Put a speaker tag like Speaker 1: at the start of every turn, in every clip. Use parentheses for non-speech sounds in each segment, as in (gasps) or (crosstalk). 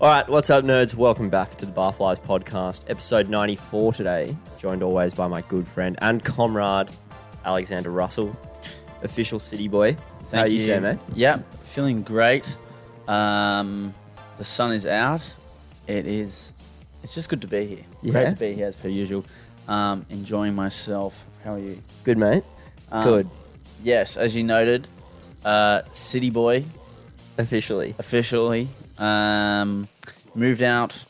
Speaker 1: All right, what's up, nerds? Welcome back to the Barflies podcast, episode 94 today. Joined always by my good friend and comrade, Alexander Russell, official city boy. How are you, today, mate?
Speaker 2: Yep, feeling great. Um, the sun is out. It is. It's just good to be here. Great
Speaker 1: Yeah.
Speaker 2: to be here as per usual. Um, enjoying myself. How are you?
Speaker 1: Good, mate.
Speaker 2: Um,
Speaker 1: good,
Speaker 2: Yes, as you noted, uh, city boy
Speaker 1: officially.
Speaker 2: officially um, moved out.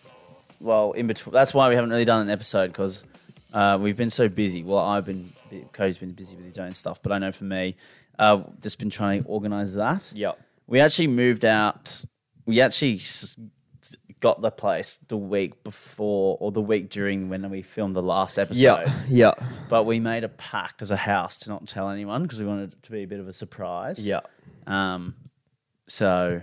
Speaker 2: Well, in between. That's why we haven't really done an episode because uh, we've been so busy. Well, I've been. Cody's been busy with his own stuff, but I know for me, uh, just been trying to organise that.
Speaker 1: Yep.
Speaker 2: We actually moved out. We actually s- got the place the week before or the week during when we filmed the last episode.
Speaker 1: Yep. Yep.
Speaker 2: But we made a pact as a house to not tell anyone because we wanted it to be a bit of a surprise.
Speaker 1: Yep.
Speaker 2: Um, so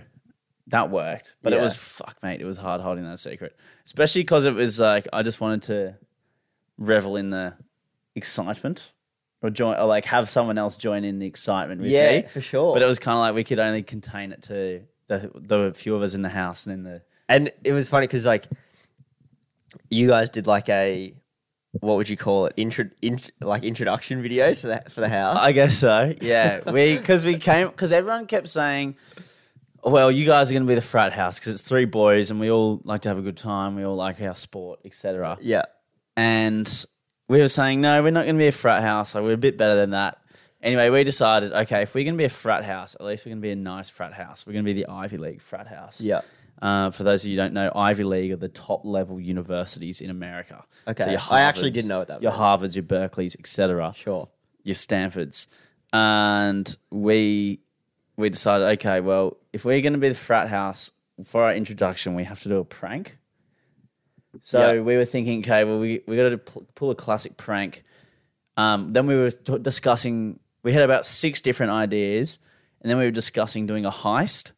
Speaker 2: that worked, but it
Speaker 1: Yeah.
Speaker 2: was fuck, mate. It was hard holding that secret, especially because it was like I just wanted to revel in the excitement or join, or like have someone else join in the excitement with
Speaker 1: Yeah,
Speaker 2: me
Speaker 1: for sure.
Speaker 2: But it was kind of like we could only contain it to the the few of us in the house, and then the
Speaker 1: And it was funny because, like, you guys did like a, what would you call it? Intro, int- like introduction video to that for the house.
Speaker 2: I guess so.
Speaker 1: (laughs)
Speaker 2: Yeah, we because we came because everyone kept saying, "Well, you guys are going to be the frat house because it's three boys and we all like to have a good time. We all like our sport, etc."
Speaker 1: yeah.
Speaker 2: And we were saying, "No, we're not going to be a frat house. Like, we're a bit better than that." Anyway, we decided, okay, if we're going to be a frat house, at least we're going to be a nice frat house. We're going to be the Ivy League frat house.
Speaker 1: Yeah.
Speaker 2: Uh, for those of you who don't know, Ivy League are the top level universities in America.
Speaker 1: Okay.
Speaker 2: your
Speaker 1: I actually
Speaker 2: Harvards,
Speaker 1: didn't know what that
Speaker 2: Your
Speaker 1: meant.
Speaker 2: Harvards, your Berkeleys, etc
Speaker 1: Sure.
Speaker 2: your Stanfords. And we we decided, okay, well, if we're going to be the frat house for our introduction, we have to do a prank. So
Speaker 1: Yeah.
Speaker 2: we were thinking, okay, well, we we got to pl- pull a classic prank. Um, then we were t- discussing. We had about six different ideas, and then we were discussing doing a heist.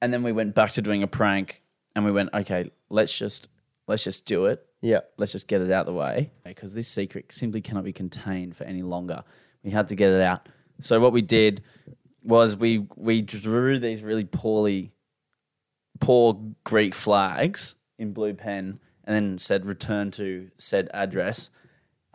Speaker 2: And then we went back to doing a prank, and we went, okay, let's just let's just do it
Speaker 1: Yeah.
Speaker 2: let's just get it out of the way because this secret simply cannot be contained for any longer. We had to get it out. So what we did was we we drew these really poorly poor Greek flags in blue pen and then said return to said address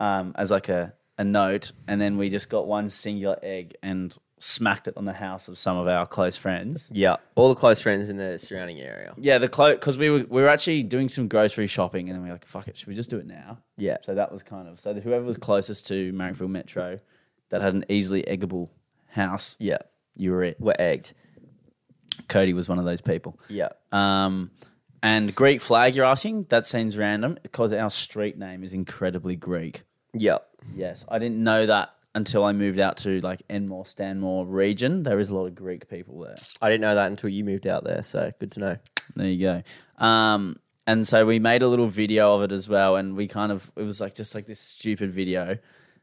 Speaker 2: um, as like a, a note and then we just got one singular egg and smacked it on the house of some of our close friends.
Speaker 1: Yeah. All the close friends in the surrounding area.
Speaker 2: Yeah, the clothes because we were we were actually doing some grocery shopping, and then we were like, "Fuck it, should we just do it now?"
Speaker 1: Yeah.
Speaker 2: So that was kind of so the, whoever was closest to Marrickville Metro that had an easily eggable house,
Speaker 1: Yeah.
Speaker 2: you were it.
Speaker 1: We're egged.
Speaker 2: Cody was one of those people.
Speaker 1: Yeah.
Speaker 2: Um, and Greek flag, you're asking? That seems random because our street name is incredibly Greek.
Speaker 1: Yeah.
Speaker 2: Yes, I didn't know that until I moved out to like Enmore, Stanmore region. There is a lot of Greek people there.
Speaker 1: I didn't know that until you moved out there, so good to know.
Speaker 2: There you go. Um, and so we made a little video of it as well, and we kind of it was like just like this stupid video,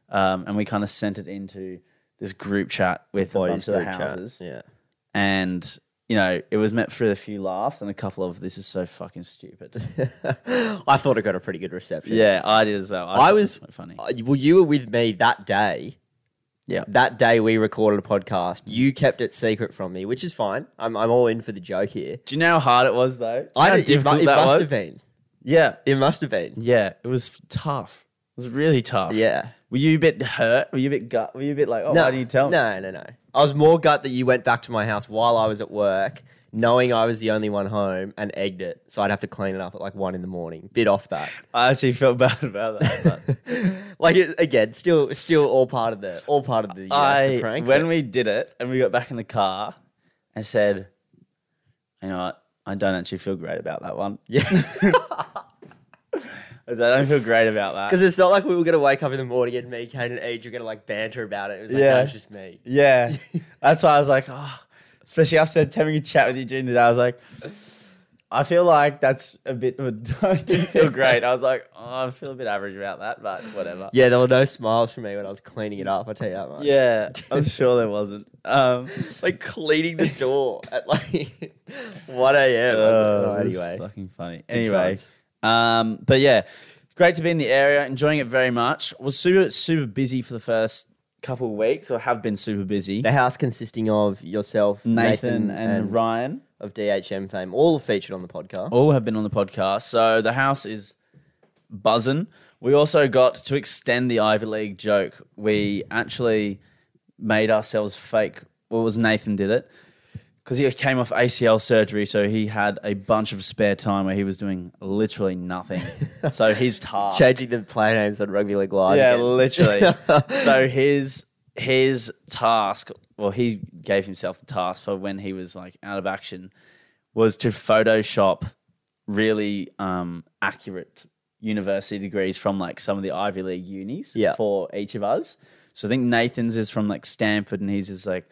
Speaker 2: um, and we kind of sent it into this group chat with a bunch of the houses,
Speaker 1: Yeah. (laughs)
Speaker 2: and you know it was met through a few laughs and a couple of this is so fucking stupid. (laughs)
Speaker 1: I thought it got a pretty good reception.
Speaker 2: yeah, I did as well.
Speaker 1: I
Speaker 2: thought it
Speaker 1: was
Speaker 2: so funny.
Speaker 1: uh, well, you were with me that day.
Speaker 2: Yeah.
Speaker 1: That day we recorded a podcast. You kept it secret from me, which is fine. I'm, I'm all in for the joke here.
Speaker 2: Do you know how hard it was though? Do you know
Speaker 1: I
Speaker 2: how
Speaker 1: don't, it, mu-
Speaker 2: difficult
Speaker 1: it
Speaker 2: that
Speaker 1: must
Speaker 2: was?
Speaker 1: have been.
Speaker 2: Yeah,
Speaker 1: It must have been.
Speaker 2: yeah, it was tough. It was really tough.
Speaker 1: Yeah.
Speaker 2: Were you a bit hurt? Were you a bit gut? Were you a bit like, oh, why didn't you tell me?
Speaker 1: No, no, no. I was more gut that you went back to my house while I was at work, knowing I was the only one home, and egged it. So I'd have to clean it up at like one in the morning. Bit off
Speaker 2: (laughs)
Speaker 1: that.
Speaker 2: I actually felt bad about that. But
Speaker 1: like it, again, still, still all part of the, all part of the, you know, the
Speaker 2: I
Speaker 1: prank.
Speaker 2: when
Speaker 1: but-
Speaker 2: we did it and we got back in the car, I said, "You know what? I don't actually feel great about that one. (laughs)
Speaker 1: yeah,
Speaker 2: I said, "I don't feel great about that."
Speaker 1: because it's not like we were gonna wake up in the morning and me, Kate, and Age were gonna like banter about it. It was like, no,
Speaker 2: Yeah.
Speaker 1: it's just me.
Speaker 2: Yeah,
Speaker 1: (laughs)
Speaker 2: that's why I was like, oh. especially after having a chat with you during the day, I was like. I feel like that's a bit of a. (laughs) I didn't feel great. I was like, oh, I feel a bit average about that, but whatever.
Speaker 1: Yeah, there were no smiles from me when I was cleaning it up. I tell you that much.
Speaker 2: Yeah, I'm sure there wasn't.
Speaker 1: (laughs)
Speaker 2: Um,
Speaker 1: it's like cleaning the door at like (laughs) one a.m. I was like,
Speaker 2: it
Speaker 1: "Oh,
Speaker 2: was
Speaker 1: anyway,
Speaker 2: fucking funny. Uh, Anyway,
Speaker 1: times.
Speaker 2: um, but yeah, great to be in the area, enjoying it very much. Was super super busy for the first couple of weeks, or have been super busy.
Speaker 1: The house consisting of yourself,
Speaker 2: Nathan,
Speaker 1: Ryan
Speaker 2: and, Ryan
Speaker 1: of DHM fame, all featured on the podcast.
Speaker 2: all have been on the podcast, so the house is buzzing. We also got to extend the Ivy League joke. We actually made ourselves fake. Well, it was Nathan did it because he came off ACL surgery, so he had a bunch of spare time where he was doing literally (laughs) nothing. so his task
Speaker 1: Changing the player names on Rugby League Live.
Speaker 2: yeah,
Speaker 1: (laughs) again.
Speaker 2: literally. so his his task, well, he gave himself the task for when he was like out of action, was to Photoshop really um, accurate university degrees from like some of the Ivy League unis
Speaker 1: Yeah.
Speaker 2: for each of us. So I think Nathan's is from like Stanford, and he's is like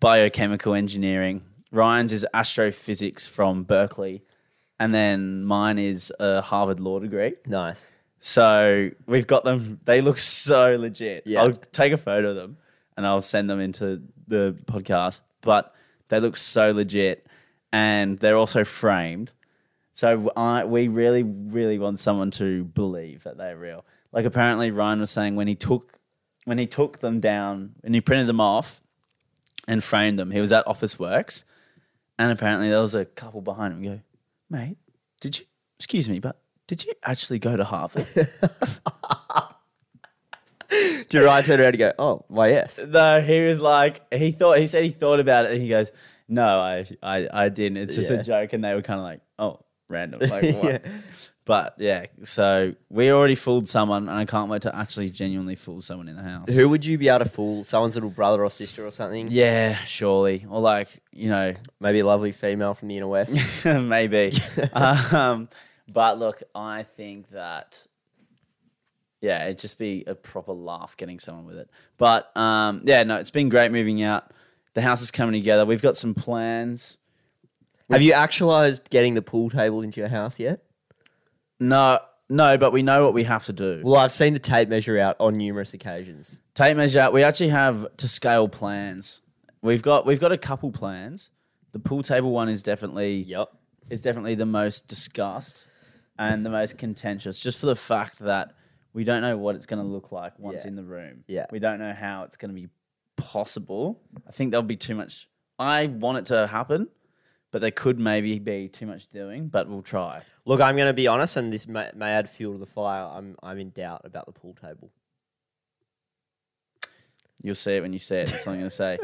Speaker 2: biochemical engineering. Ryan's is astrophysics from Berkeley, and then mine is a Harvard law degree.
Speaker 1: nice.
Speaker 2: So we've got them. They look so legit.
Speaker 1: Yeah.
Speaker 2: I'll take a photo of them and I'll send them into the podcast. But they look so legit, and they're also framed. So I, we really, really want someone to believe that they're real. Like apparently Ryan was saying when he took when he took them down and he printed them off and framed them. He was at Office Works, and apparently there was a couple behind him. Go, mate, did you? Excuse me, but did you actually go to Harvard?
Speaker 1: Did Ryan turn around and go, "Oh, why yes"?
Speaker 2: No, he was like he thought he said he thought about it and he goes, No, I I, I didn't. It's just
Speaker 1: Yeah.
Speaker 2: a joke and they were kinda like, Oh, random. Like
Speaker 1: (laughs)
Speaker 2: what?
Speaker 1: Yeah.
Speaker 2: But yeah, so we already fooled someone and I can't wait to actually genuinely fool someone in the house.
Speaker 1: Who would you be able to fool? Someone's little brother or sister or something?
Speaker 2: Yeah, surely. Or like, you know,
Speaker 1: Maybe a lovely female from the inner (laughs) west.
Speaker 2: (laughs) maybe. um, but look, I think that yeah, it'd just be a proper laugh getting someone with it. But um, yeah, no, it's been great moving out. The house is coming together. We've got some plans.
Speaker 1: Have you actualized getting the pool table into your house yet?
Speaker 2: No, no, but we know what we have to do.
Speaker 1: Well, I've seen the tape measure out on numerous occasions.
Speaker 2: Tape measure. We actually have to scale plans. We've got we've got a couple plans. The pool table one is definitely
Speaker 1: Yep.
Speaker 2: is definitely the most discussed and the most contentious, just for the fact that we don't know what it's going to look like once
Speaker 1: Yeah.
Speaker 2: in the room.
Speaker 1: Yeah.
Speaker 2: we don't know how it's going to be possible. I think there'll be too much. I want it to happen, but there could maybe be too much doing. But we'll try.
Speaker 1: Look, I'm going to be honest, and this may, may add fuel to the fire. I'm I'm in doubt about the pool table.
Speaker 2: You'll see it when you see it. That's what I'm going
Speaker 1: (laughs)
Speaker 2: to say.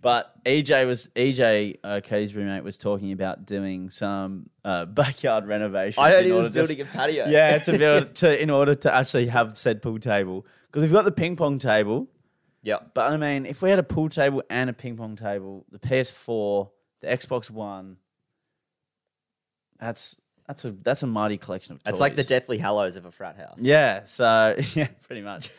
Speaker 2: But EJ was EJ, uh, Katie's roommate, was talking about doing some uh, (laughs) backyard renovation.
Speaker 1: I heard he was building (laughs) a patio.
Speaker 2: yeah, to build to in order to actually have said pool table because we've got the ping pong table.
Speaker 1: Yep.
Speaker 2: But I mean, if we had a pool table and a ping pong table, the PS4, the Xbox One, that's that's a that's a mighty collection of toys.
Speaker 1: It's like the Deathly Hallows of a frat house.
Speaker 2: yeah. So (laughs) yeah, pretty much.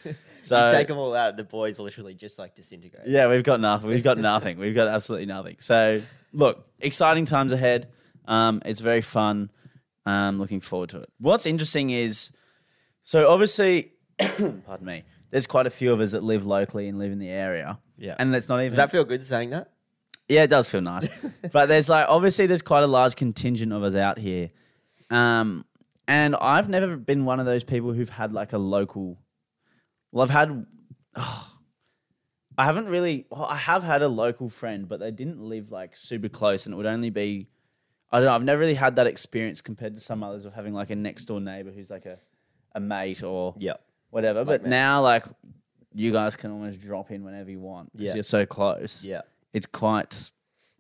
Speaker 2: So
Speaker 1: you take them all out, the boys literally just like disintegrate.
Speaker 2: Yeah, we've got nothing. We've got nothing. We've got absolutely nothing. So, look, exciting times ahead. Um, it's very fun. Um, looking forward to it. What's interesting is, so obviously, (coughs) pardon me. There's quite a few of us that live locally and live in the area.
Speaker 1: Yeah.
Speaker 2: and it's not even
Speaker 1: Does that feel good saying that?
Speaker 2: yeah, it does feel nice. but there's like obviously there's quite a large contingent of us out here. Um and I've never been one of those people who've had like a local Well, I've had oh, I haven't really well, I have had a local friend, but they didn't live like super close and it would only be I don't know, I've never really had that experience compared to some others of having like a next door neighbor who's like a, a mate or
Speaker 1: Yep.
Speaker 2: whatever. but
Speaker 1: mate.
Speaker 2: now like you guys can almost drop in whenever you want because
Speaker 1: Yeah.
Speaker 2: you're so close
Speaker 1: Yeah.
Speaker 2: it's quite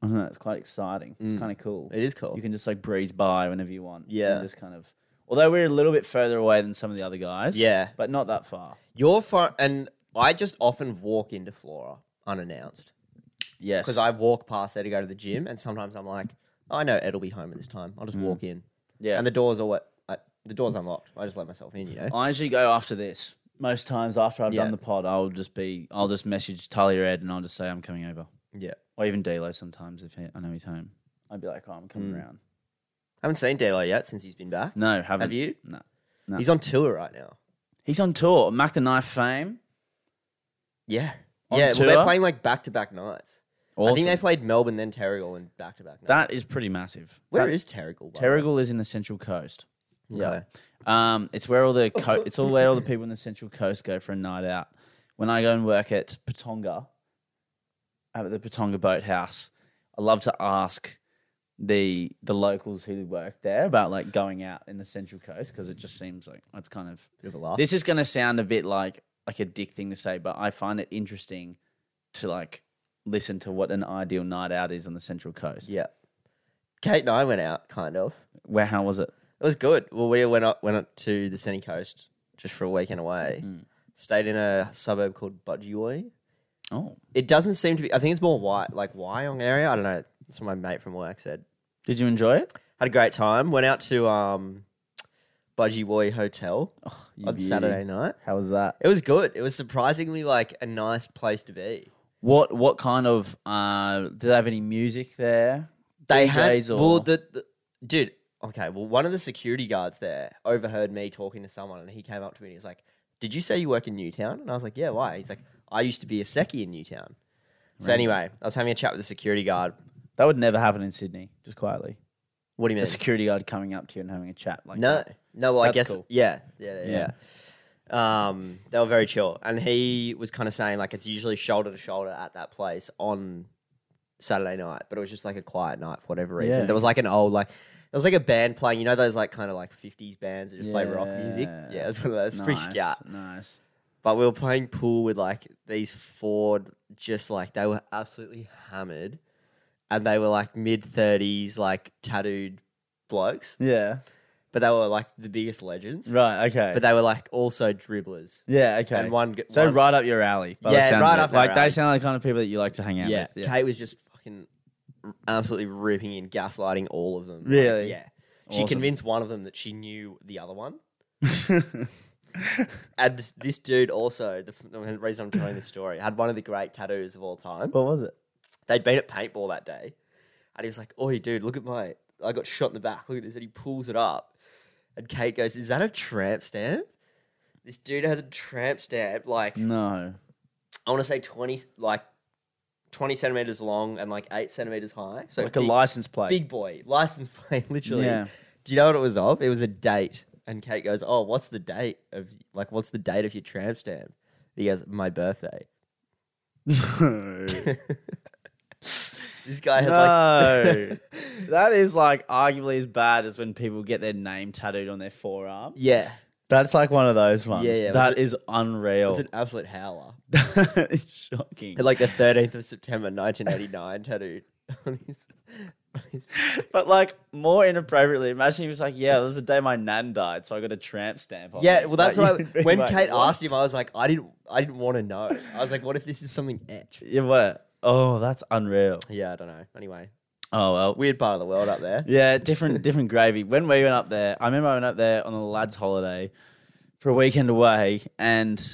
Speaker 2: I don't know, it's quite exciting. It's kind of cool.
Speaker 1: Mm. It is cool.
Speaker 2: You can just like breeze by whenever you want. and
Speaker 1: Yeah.
Speaker 2: just kind of although we're a little bit further away than some of the other guys.
Speaker 1: Yeah.
Speaker 2: But not that far.
Speaker 1: You're far, and I just often walk into Flora unannounced.
Speaker 2: Yes.
Speaker 1: because I walk past there to go to the gym, and sometimes I'm like, "Oh, I know Ed'll be home at this time. I'll just walk in.
Speaker 2: Mm. Yeah.
Speaker 1: and the door's always I, the door's unlocked. I just let myself in. You know,
Speaker 2: I usually go after this. Most times after I've
Speaker 1: Yeah.
Speaker 2: done the pod, I'll just be I'll just message Talia Red and I'll just say I'm coming over.
Speaker 1: yeah.
Speaker 2: Or even Delo sometimes if he, I know he's home. I'd be like, Oh, I'm
Speaker 1: Mm.
Speaker 2: coming round.
Speaker 1: Haven't seen Delo yet since he's been back.
Speaker 2: No, haven't
Speaker 1: Have you?
Speaker 2: No.
Speaker 1: He's on tour right now.
Speaker 2: He's on tour. Mac the Knife fame.
Speaker 1: Yeah,
Speaker 2: On
Speaker 1: yeah. Well, they're
Speaker 2: tour?
Speaker 1: playing like back to back nights. I
Speaker 2: Awesome.
Speaker 1: think they played Melbourne then Terrigal and back to back.
Speaker 2: that is pretty massive.
Speaker 1: where
Speaker 2: That-
Speaker 1: is Terrigal? by the way?
Speaker 2: Terrigal is in the Central Coast.
Speaker 1: Yeah. (laughs)
Speaker 2: Um, it's where all the co- it's all where all the people in the Central Coast go for a night out, when I go and work at Patonga, at the Patonga Boathouse, I love to ask the the locals who work there about like going out in the Central Coast because it just seems like that's kind of
Speaker 1: Bit of a laugh.
Speaker 2: this is going to sound a bit like like a dick thing to say, but I find it interesting to like listen to what an ideal night out is on the Central Coast.
Speaker 1: yeah. Kate and I went out, kind of.
Speaker 2: Where how was it?
Speaker 1: It was good. Well, we went up went up to the sunny coast just for a weekend away. Stayed in a suburb called Budgeoy.
Speaker 2: Oh,
Speaker 1: It doesn't seem to be. I think it's more white, like Wyong area. I don't know. That's what my mate from work said.
Speaker 2: did you enjoy it?
Speaker 1: Had a great time. Went out to um, Budgeoy Hotel
Speaker 2: You
Speaker 1: on
Speaker 2: beauty.
Speaker 1: Saturday night.
Speaker 2: How was that?
Speaker 1: It was good. It was surprisingly like a nice place to be.
Speaker 2: What what kind of uh do they have any music there?
Speaker 1: They
Speaker 2: DJs
Speaker 1: had
Speaker 2: or
Speaker 1: well, the, the dude. Okay, well, one of the security guards there overheard me talking to someone, and he came up to me and he's like, "Did you say you work in Newtown?" And I was like, "Yeah, why?" He's like, "I used to be a secchi in Newtown." So anyway, I was having a chat with the security guard.
Speaker 2: that would never happen in Sydney, just quietly.
Speaker 1: What do you
Speaker 2: A
Speaker 1: mean?
Speaker 2: security guard coming up to you and having a chat like
Speaker 1: No,
Speaker 2: that.
Speaker 1: no. Well, I
Speaker 2: That's
Speaker 1: guess
Speaker 2: cool.
Speaker 1: yeah, yeah, yeah.
Speaker 2: Yeah.
Speaker 1: yeah. Um, they were very chill, and he was kind of saying like it's usually shoulder to shoulder at that place on Saturday night, but it was just like a quiet night for whatever reason.
Speaker 2: Yeah.
Speaker 1: There was like an old like there was like a band playing, you know those like kind of like fifties bands that just play rock music.
Speaker 2: Yeah.
Speaker 1: Yeah, it was one of those. It's pretty scat.
Speaker 2: Nice.
Speaker 1: But we were playing pool with like these Ford, just like they were absolutely hammered, and they were like mid thirties, like tattooed blokes,
Speaker 2: Yeah.
Speaker 1: but they were like the biggest legends
Speaker 2: Right, okay.
Speaker 1: but they were like also dribblers.
Speaker 2: yeah, okay.
Speaker 1: And one, g-
Speaker 2: so
Speaker 1: one-
Speaker 2: right up your alley. by the
Speaker 1: Yeah,
Speaker 2: sounds
Speaker 1: right
Speaker 2: of it.
Speaker 1: up our
Speaker 2: Like
Speaker 1: alley.
Speaker 2: they sound like the kind of people that you like to hang out
Speaker 1: yeah,
Speaker 2: with. Yeah.
Speaker 1: Kate was just fucking r- absolutely ripping and gaslighting all of them. Like,
Speaker 2: Really?
Speaker 1: yeah. She
Speaker 2: Awesome.
Speaker 1: convinced one of them that she knew the other
Speaker 2: (laughs)
Speaker 1: one. And this dude also, the, f- the reason I'm telling this story, had one of the great tattoos of all time.
Speaker 2: what was it?
Speaker 1: They'd been at paintball that day, and he was like, "Oi, dude, look at my, I got shot in the back. Look at this." And he pulls it up, and Kate goes, "Is that a tramp stamp?" This dude has a tramp stamp, like
Speaker 2: No.
Speaker 1: I want to say twenty, like twenty centimeters long and like eight centimeters high. So
Speaker 2: Like a
Speaker 1: big,
Speaker 2: license plate.
Speaker 1: big boy, license (laughs) plate, literally.
Speaker 2: Yeah.
Speaker 1: Do you know what it was of? It was a date, and Kate goes, "Oh, what's the date of like what's the date of your tramp stamp?" He goes, "My birthday." (laughs)
Speaker 2: no.
Speaker 1: This guy had
Speaker 2: No.
Speaker 1: like,
Speaker 2: (laughs) that is like arguably as bad as when people get their name tattooed on their forearm.
Speaker 1: (laughs) yeah,
Speaker 2: That's like one of those ones.
Speaker 1: Yeah, yeah, it was
Speaker 2: That
Speaker 1: a-
Speaker 2: is
Speaker 1: it
Speaker 2: unreal.
Speaker 1: was an absolute howler.
Speaker 2: That is (laughs) shocking.
Speaker 1: Had like the thirteenth of September, nineteen eighty nine, tattooed on his. on his-
Speaker 2: But like more inappropriately, imagine he was like, "Yeah, it was the day my nan died, so I got a tramp stamp." on
Speaker 1: Yeah,
Speaker 2: it."
Speaker 1: well, that's
Speaker 2: Oh, Like, (laughs)
Speaker 1: what.
Speaker 2: you'd
Speaker 1: I,
Speaker 2: be
Speaker 1: when
Speaker 2: like,
Speaker 1: Kate
Speaker 2: "What?"
Speaker 1: asked him, I was like, I didn't, I didn't want to know. I was like, what if this is something etched?
Speaker 2: "Yeah, what? Oh, that's unreal."
Speaker 1: Yeah, I don't know. Anyway,
Speaker 2: Oh well,
Speaker 1: weird part of the world up there.
Speaker 2: Yeah, different different gravy. When we went up there, I remember I went up there on a lads' holiday for a weekend away, and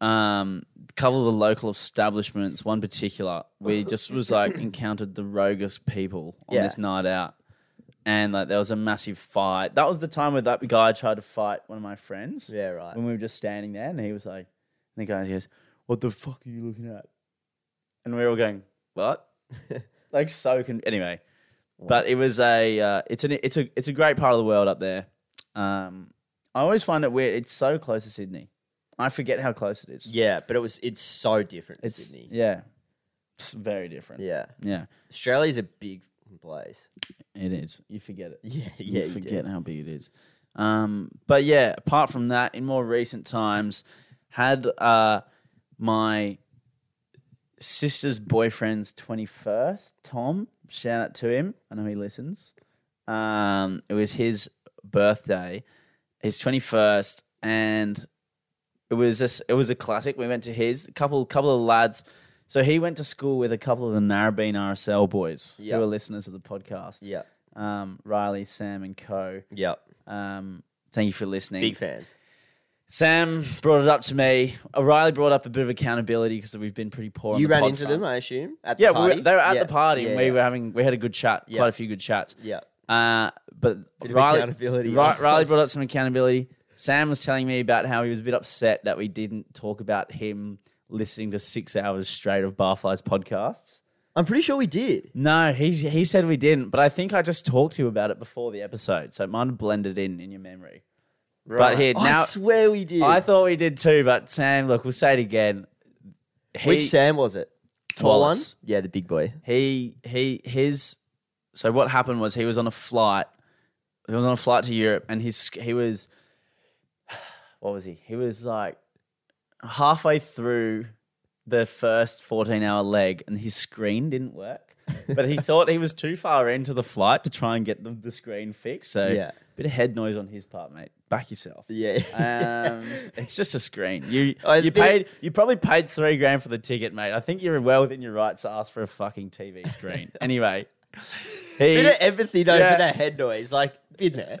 Speaker 2: um, a couple of the local establishments. One particular,
Speaker 1: (laughs)
Speaker 2: we just was like encountered the roguest people on
Speaker 1: Yeah.
Speaker 2: this night out, and like there was a massive fight. That was the time where that guy tried to fight one of my friends
Speaker 1: Yeah, right.
Speaker 2: when we were just standing there, and he was like, and the guy goes, "What the fuck are you looking at?" And we were all going, "What?" like so. Con- anyway, but it was a, uh, it's an, it's a, it's a great part of the world up there. Um, I always find it weird. It's so close to Sydney. I forget how close it
Speaker 1: (laughs)
Speaker 2: is.
Speaker 1: Yeah, but it was. It's so different. to
Speaker 2: it's
Speaker 1: Sydney.
Speaker 2: yeah, it's very different.
Speaker 1: Yeah,
Speaker 2: yeah,
Speaker 1: Australia's a big place. (laughs)
Speaker 2: it is. You forget it.
Speaker 1: Yeah,
Speaker 2: yeah,
Speaker 1: (laughs) yeah.
Speaker 2: you
Speaker 1: you do.
Speaker 2: forget how big it is. Um, but yeah, apart from that, in more recent times, had uh, my sister's boyfriend's twenty first. Tom, shout out to him. I know he listens. Um, it was his birthday, his twenty first, and it was just, it was a classic. We went to his a couple couple of lads. So he went to school with a couple of the Narrabeen RSL boys
Speaker 1: Yep.
Speaker 2: who are listeners of the podcast
Speaker 1: Yeah,
Speaker 2: um, Riley, Sam, and Co.
Speaker 1: yeah.
Speaker 2: Um, thank you for listening.
Speaker 1: Big fans.
Speaker 2: Sam brought it up to me. Uh, Riley brought up a bit of accountability because we've been pretty poor. on
Speaker 1: You
Speaker 2: the
Speaker 1: ran
Speaker 2: pod
Speaker 1: into
Speaker 2: front.
Speaker 1: them, I assume. At the
Speaker 2: Yeah, we were,
Speaker 1: party?
Speaker 2: they were at
Speaker 1: Yeah,
Speaker 2: the party,
Speaker 1: Yeah,
Speaker 2: and we
Speaker 1: yeah.
Speaker 2: were having we had a good chat,
Speaker 1: Yeah.
Speaker 2: quite a few good chats.
Speaker 1: Yeah.
Speaker 2: Uh, but
Speaker 1: Bit of
Speaker 2: Riley,
Speaker 1: accountability.
Speaker 2: Ri- Riley brought up some accountability. Sam was telling me about how he was a bit upset that we didn't talk about him listening to six hours straight of Barflies podcasts.
Speaker 1: I'm pretty sure we did.
Speaker 2: No, he he said we didn't, but I think I just talked to you about it before the episode, so it might have blended in in your memory. But here
Speaker 1: I
Speaker 2: now,
Speaker 1: swear we did.
Speaker 2: I thought we did too, but Sam, look, we'll say it again. he,
Speaker 1: Which Sam was it? Tall one?
Speaker 2: Wallace.
Speaker 1: Yeah, the big boy.
Speaker 2: he he his so what happened was he was on a flight he was on a flight to Europe and his he was (sighs) what was he he was like halfway through the first 14 hour leg and his screen didn't work but he thought he was too far into the flight to try and get the, the screen fixed so
Speaker 1: Yeah.
Speaker 2: bit of head noise on his part mate back yourself
Speaker 1: (laughs) Yeah.
Speaker 2: um, (laughs) it's just a screen. You
Speaker 1: I
Speaker 2: you
Speaker 1: think-
Speaker 2: paid you probably paid three grand for the ticket, mate. I think you're well within your rights to ask for a fucking TV
Speaker 1: (laughs)
Speaker 2: screen. anyway, he
Speaker 1: bit of empathy though
Speaker 2: Yeah.
Speaker 1: for that head noise. Like, been there.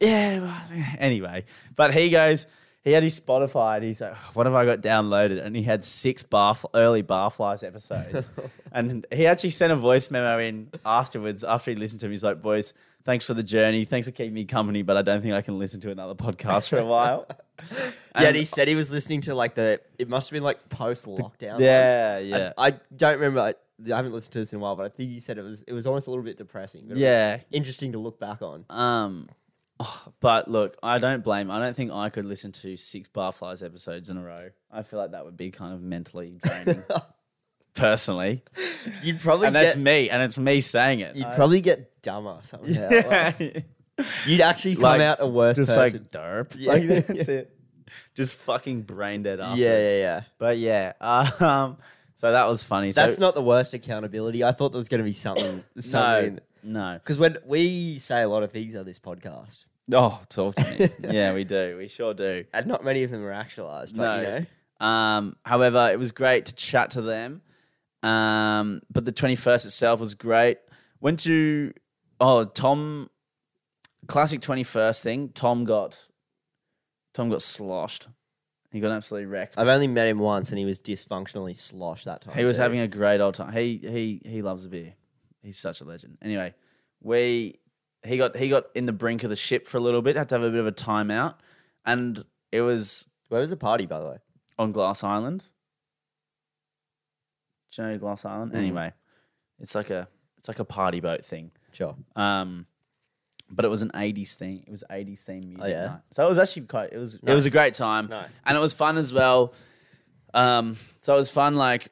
Speaker 2: yeah. well, Anyway, but he goes. He had his Spotify, and he's like, "What have I got downloaded?" And he had six bar early
Speaker 1: (laughs)
Speaker 2: Barflies episodes, and he actually sent a voice memo in afterwards. After he listened to him, he's like, "Boys, thanks for the journey. Thanks for keeping me company, but I don't think I can listen to another podcast for a while."
Speaker 1: (laughs) yeah,
Speaker 2: And-
Speaker 1: and he said he was listening to like the. It must have been like post lockdown.
Speaker 2: Yeah, yeah.
Speaker 1: I, I don't remember. I, I haven't listened to this in a while, but I think he said it was. It was almost a little bit depressing. But it was
Speaker 2: Yeah.
Speaker 1: interesting to look back (laughs) on.
Speaker 2: Um, (sighs) oh, but look, I don't blame. I don't think I could listen to six Barflies episodes in a row. I feel like that would be kind
Speaker 1: (laughs)
Speaker 2: of mentally draining, personally.
Speaker 1: You'd probably
Speaker 2: And that's
Speaker 1: get.
Speaker 2: me, and it's me saying it.
Speaker 1: You'd probably get dumber somehow.
Speaker 2: (laughs)
Speaker 1: Like, you'd actually come
Speaker 2: Like,
Speaker 1: out a worse
Speaker 2: just like
Speaker 1: person.
Speaker 2: derp.
Speaker 1: (laughs) Yeah.
Speaker 2: Like, that's it. Just fucking brain dead afterwards.
Speaker 1: yeah, yeah, yeah.
Speaker 2: But yeah, (laughs) um, so that was funny.
Speaker 1: That's
Speaker 2: so,
Speaker 1: not the worst accountability. I thought there was going to be something.
Speaker 2: (coughs) no,
Speaker 1: Something.
Speaker 2: no.
Speaker 1: Because when we say a lot of things on this podcast,
Speaker 2: Oh, talk to me. (laughs) yeah, we do. We sure do.
Speaker 1: and not many of them are actualized, but you
Speaker 2: No.
Speaker 1: know,
Speaker 2: Um, however, it was great to chat to them. Um, but the 21st itself was great. Went to, oh, Tom, classic 21st thing. Tom got, Tom got sloshed. He got absolutely wrecked.
Speaker 1: I've only met him once, and he was dysfunctionally sloshed that time.
Speaker 2: He was
Speaker 1: too.
Speaker 2: having a great old time. He, he, he loves a beer. He's such a legend. Anyway, we, he got, he got in the brink of the ship for a little bit, had to have a bit of a timeout. And it was
Speaker 1: Where was the party, by the way?
Speaker 2: on Glass Island. Do you know Glass Island?
Speaker 1: Mm.
Speaker 2: Anyway, it's like a it's like a party boat thing.
Speaker 1: Sure.
Speaker 2: Um, but it was an '80s thing. It was '80s theme music
Speaker 1: Oh, yeah.
Speaker 2: night. So it was actually quite. It was it was a
Speaker 1: Nice.
Speaker 2: great time.
Speaker 1: Nice.
Speaker 2: And it was fun as well. Um, so it was fun. Like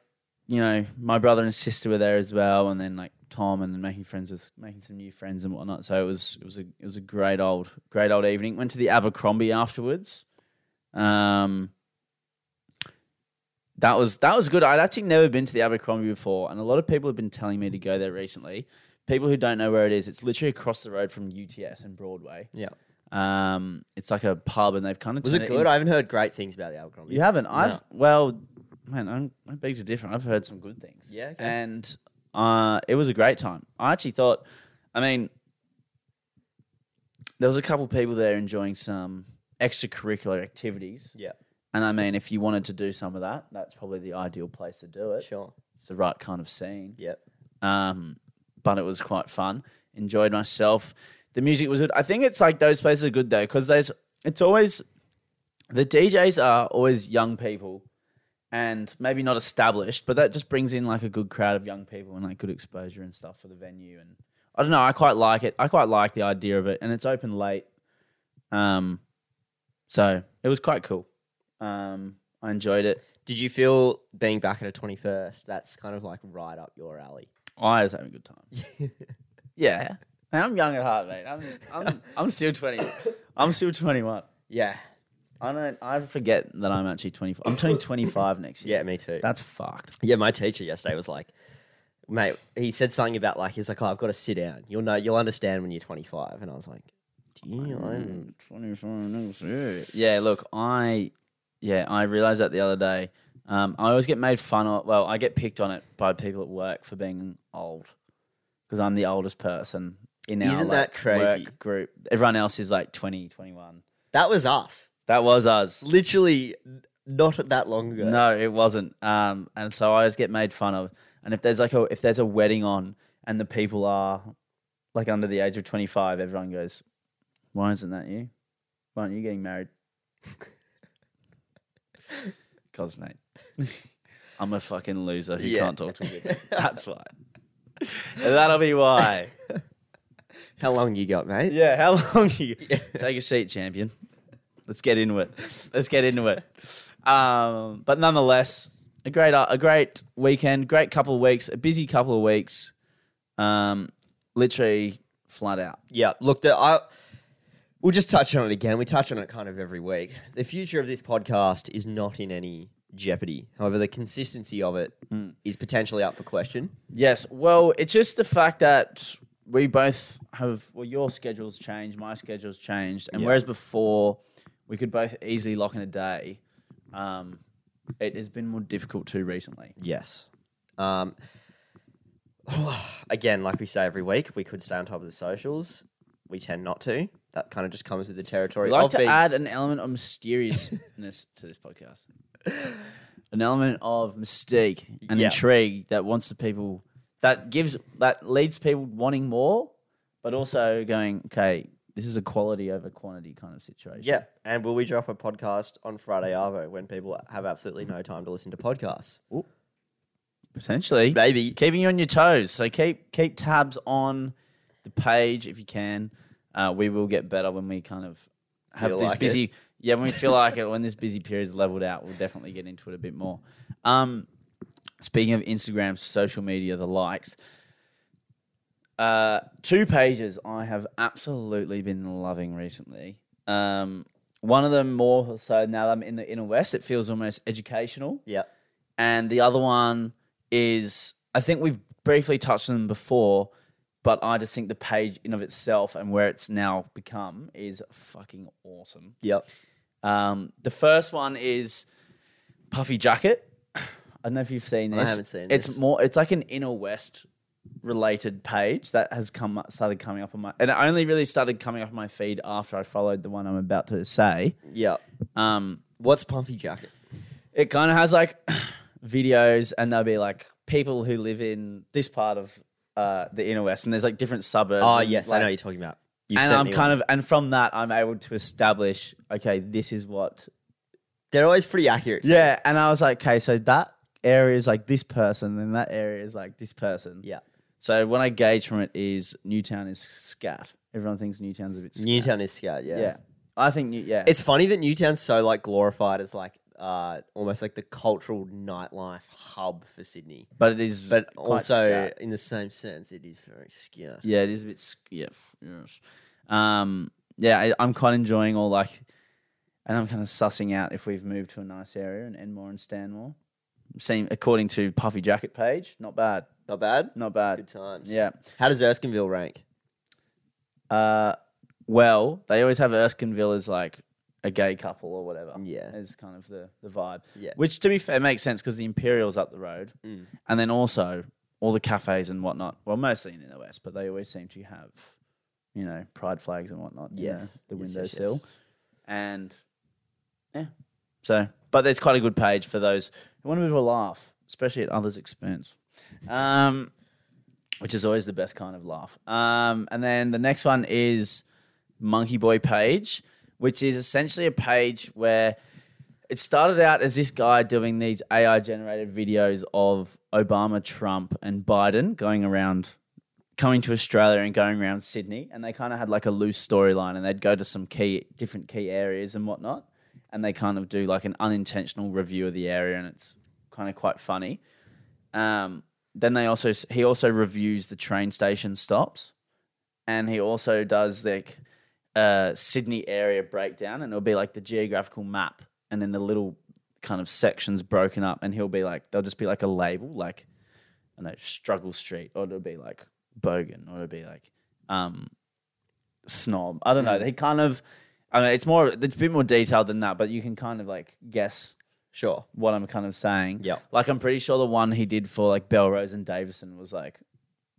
Speaker 2: you know, my brother and sister were there as well, and then like Tom and then making friends with making some new friends and whatnot. So it was it was a it was a great old great old evening. Went to the Abercrombie afterwards. Um, that was that was good. I'd actually never been to the Abercrombie before, and a lot of people have been telling me to go there recently. People who don't know where it is, it's literally across the road from UTS and Broadway.
Speaker 1: Yeah.
Speaker 2: Um, it's like a pub, and they've kind of
Speaker 1: Was it good? I haven't heard great things about the Abercrombie.
Speaker 2: you haven't. I've well, man, I'm I beg to differ. I've heard some good things.
Speaker 1: Yeah, okay.
Speaker 2: and uh, it was a great time. I actually thought, I mean, there was a couple people there enjoying some extracurricular activities,
Speaker 1: Yeah.
Speaker 2: and I mean, if you wanted to do some of that, that's probably the ideal place to do it.
Speaker 1: Sure.
Speaker 2: It's the right kind of scene.
Speaker 1: Yep.
Speaker 2: Um, but it was quite fun. Enjoyed myself. The music was good. I think it's like those places are good though, because there's it's always the DJs are always young people and maybe not established, but that just brings in like a good crowd of young people and like good exposure and stuff for the venue. And I don't know, I quite like it. I quite like the idea of it, and it's open late. Um, so it was quite cool. Um, I enjoyed it.
Speaker 1: Did you feel being back at a 21st? That's kind of like right up your alley.
Speaker 2: I was having a good time.
Speaker 1: (laughs)
Speaker 2: yeah. Man, I'm young at heart, mate. I'm I'm I'm still twenty. I'm still twenty one.
Speaker 1: Yeah.
Speaker 2: I don't I forget that I'm actually twenty four. I'm turning twenty five next year.
Speaker 1: Yeah, me too.
Speaker 2: That's fucked.
Speaker 1: yeah, my teacher yesterday was like, mate, he said something about like, he's like, oh, I've got to sit down. You'll know, you'll understand when you're 25. And I was like, do you?
Speaker 2: Mm.
Speaker 1: I'm-
Speaker 2: Twenty five next year. Yeah, look, I yeah, I realized that the other day. Um, I always get made fun of well, I get picked on it by people at work for being old. Because I'm the oldest person in our
Speaker 1: Isn't
Speaker 2: like,
Speaker 1: that crazy?
Speaker 2: work group. Everyone else is like 20, 21.
Speaker 1: That was us.
Speaker 2: That was us.
Speaker 1: Literally not that long ago.
Speaker 2: No, it wasn't. Um, and so I always get made fun of. And if there's like a if there's a wedding on and the people are like under the age of twenty five, everyone goes, "Why isn't that you? Why aren't you getting married?" (laughs) Because mate, I'm a fucking loser who
Speaker 1: Yeah.
Speaker 2: can't talk to women. That's why. That'll be why.
Speaker 1: How long you got, mate?
Speaker 2: Yeah, how (laughs) long you take a seat, champion? Let's get into it. Let's get into it. Um, but nonetheless, a great a great weekend, great couple of weeks, a busy couple of weeks. Um, literally flat out.
Speaker 1: Yeah, look, the, I we'll just touch on it again. We touch on it kind of every week. The future of this podcast is not in any jeopardy. However, the consistency of it is
Speaker 2: Hmm.
Speaker 1: potentially up for question.
Speaker 2: Yes. Well, it's just the fact that we both have, well, your schedule's changed, my schedule's changed. And
Speaker 1: Yeah.
Speaker 2: whereas before we could both easily lock in a day, um, it has been more difficult too recently.
Speaker 1: Yes. Um, (sighs) again, like we say every week, we could stay on top of the socials. We tend not to. That kind of just comes with the territory.
Speaker 2: We like
Speaker 1: of
Speaker 2: to
Speaker 1: being-
Speaker 2: (laughs) add an element of mysteriousness to this podcast, an element of mystique and
Speaker 1: Yeah.
Speaker 2: intrigue that wants the people that gives that leads people wanting more, but also going, okay, this is a quality over quantity kind of situation.
Speaker 1: yeah. And will we drop a podcast on Friday Arvo when people have absolutely no time to listen to podcasts?
Speaker 2: potentially
Speaker 1: Maybe.
Speaker 2: keeping you on your toes. So keep keep tabs on the page if you can. Uh, we will get better when we kind of have
Speaker 1: Feel
Speaker 2: this
Speaker 1: like
Speaker 2: busy. Yeah, when we
Speaker 1: (laughs)
Speaker 2: feel like it, when this busy period's leveled out, we'll definitely get into it a bit more. Um, speaking of Instagram, social media, the likes. Uh, two pages I have absolutely been loving recently. Um, one of them more so now that I'm in the inner west, it feels almost educational
Speaker 1: Yeah.
Speaker 2: and the other one is I think we've briefly touched on them before, but I just think the page in of itself and where it's now become is fucking awesome.
Speaker 1: Yep.
Speaker 2: Um, the first one is Puffy Jacket. (sighs) I don't know if you've seen
Speaker 1: I
Speaker 2: this.
Speaker 1: haven't seen
Speaker 2: It's
Speaker 1: this.
Speaker 2: more. It's like an inner west related page that has come up- started coming up on my and it only really started coming up on my feed after I followed the one I'm about to say.
Speaker 1: Yep.
Speaker 2: Um,
Speaker 1: What's Puffy Jacket?
Speaker 2: it kind of has like (clears throat) videos and they'll be like people who live in this part of uh, the inner west and there's like different suburbs
Speaker 1: Oh,
Speaker 2: and,
Speaker 1: yes.
Speaker 2: like-
Speaker 1: I know what you're talking about. You've
Speaker 2: and
Speaker 1: sent
Speaker 2: i'm
Speaker 1: me
Speaker 2: kind
Speaker 1: one.
Speaker 2: of and from that i'm able to establish okay this is what
Speaker 1: They're always pretty accurate.
Speaker 2: yeah and i was like okay so that area is like this person and that area is like this person
Speaker 1: Yeah.
Speaker 2: so what i gauge from it is newtown is scat everyone thinks newtown's a bit scat.
Speaker 1: Newtown is scout. Yeah.
Speaker 2: yeah i think new, yeah
Speaker 1: It's funny that Newtown's so like glorified as like uh, almost like the cultural nightlife hub for Sydney.
Speaker 2: but it is
Speaker 1: But
Speaker 2: quite
Speaker 1: also,
Speaker 2: scat.
Speaker 1: in the same sense, it is very scout.
Speaker 2: Yeah, it is a bit. sc- Yeah, yes. Um, yeah, I, I'm quite enjoying all like, and I'm kind of sussing out if we've moved to a nice area in Enmore and Stanmore. Seem according to Puffy Jacket page, not bad,
Speaker 1: Not bad.
Speaker 2: not
Speaker 1: Good
Speaker 2: bad.
Speaker 1: times.
Speaker 2: Yeah.
Speaker 1: How does Erskineville rank?
Speaker 2: Uh, well, they always have Erskineville as like a gay couple or whatever.
Speaker 1: Yeah.
Speaker 2: is kind of the the vibe.
Speaker 1: Yeah.
Speaker 2: which to be fair makes sense because the Imperial's up the road,
Speaker 1: Mm.
Speaker 2: and then also all the cafes and whatnot. Well, mostly in the West, but they always seem to have, you know, pride flags and whatnot. you
Speaker 1: Yes.
Speaker 2: know, the
Speaker 1: Mm. Yes, yes,
Speaker 2: windowsill,
Speaker 1: yes.
Speaker 2: and yeah. So, but it's quite a good page for those who want a bit of a laugh, especially at others' expense. Um, which is always the best kind of laugh. Um, and then the next one is Monkey Boy Page, which is essentially a page where it started out as this guy doing these AI generated videos of Obama, Trump, and Biden going around, coming to Australia and going around Sydney. And they kind of had like a loose storyline and they'd go to some key, different key areas and whatnot. And they kind of do like an unintentional review of the area and it's kind of quite funny. Um, then they also he also reviews the train station stops, and he also does like uh, Sydney area breakdown, and it'll be like the geographical map, and then the little kind of sections broken up, and he'll be like they'll just be like a label, like I don't know Struggle Street, or it'll be like Bogan, or it'll be like um, Snob. I
Speaker 1: Mm.
Speaker 2: don't know. He kind of I mean it's more it's a bit more detailed than that, but you can kind of like guess
Speaker 1: Sure.
Speaker 2: what I'm kind of saying.
Speaker 1: Yep.
Speaker 2: Like I'm pretty sure the one he did for like Belrose and Davison was like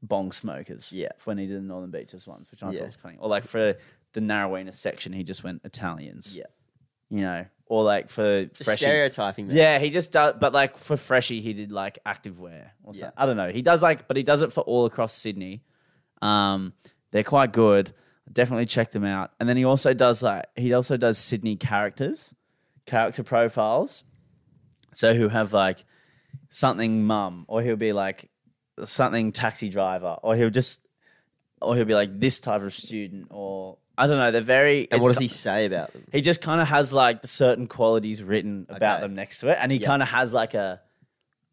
Speaker 2: bong smokers.
Speaker 1: Yeah.
Speaker 2: For when he did the Northern Beaches ones, which I
Speaker 1: Yeah.
Speaker 2: thought was funny. Or like for the Narrowena section, he just went Italians.
Speaker 1: Yeah.
Speaker 2: You know. Or like for
Speaker 1: Just
Speaker 2: Freshie.
Speaker 1: stereotyping. man.
Speaker 2: yeah, he just does, but like for Freshie, he did like activewear or something.
Speaker 1: Yeah.
Speaker 2: I don't know. He does like, but he does it for all across Sydney. Um, they're quite good. Definitely check them out. And then he also does like he also does Sydney characters, character profiles. So who have like something mum, or he'll be like something taxi driver, or he'll just, or he'll be like this type of student, or I don't know. They're very.
Speaker 1: And
Speaker 2: it's
Speaker 1: what does
Speaker 2: ki-
Speaker 1: he say about them?
Speaker 2: he just kind of has like the certain qualities written about
Speaker 1: Okay.
Speaker 2: them next to it, and he
Speaker 1: Yeah.
Speaker 2: kind of has like a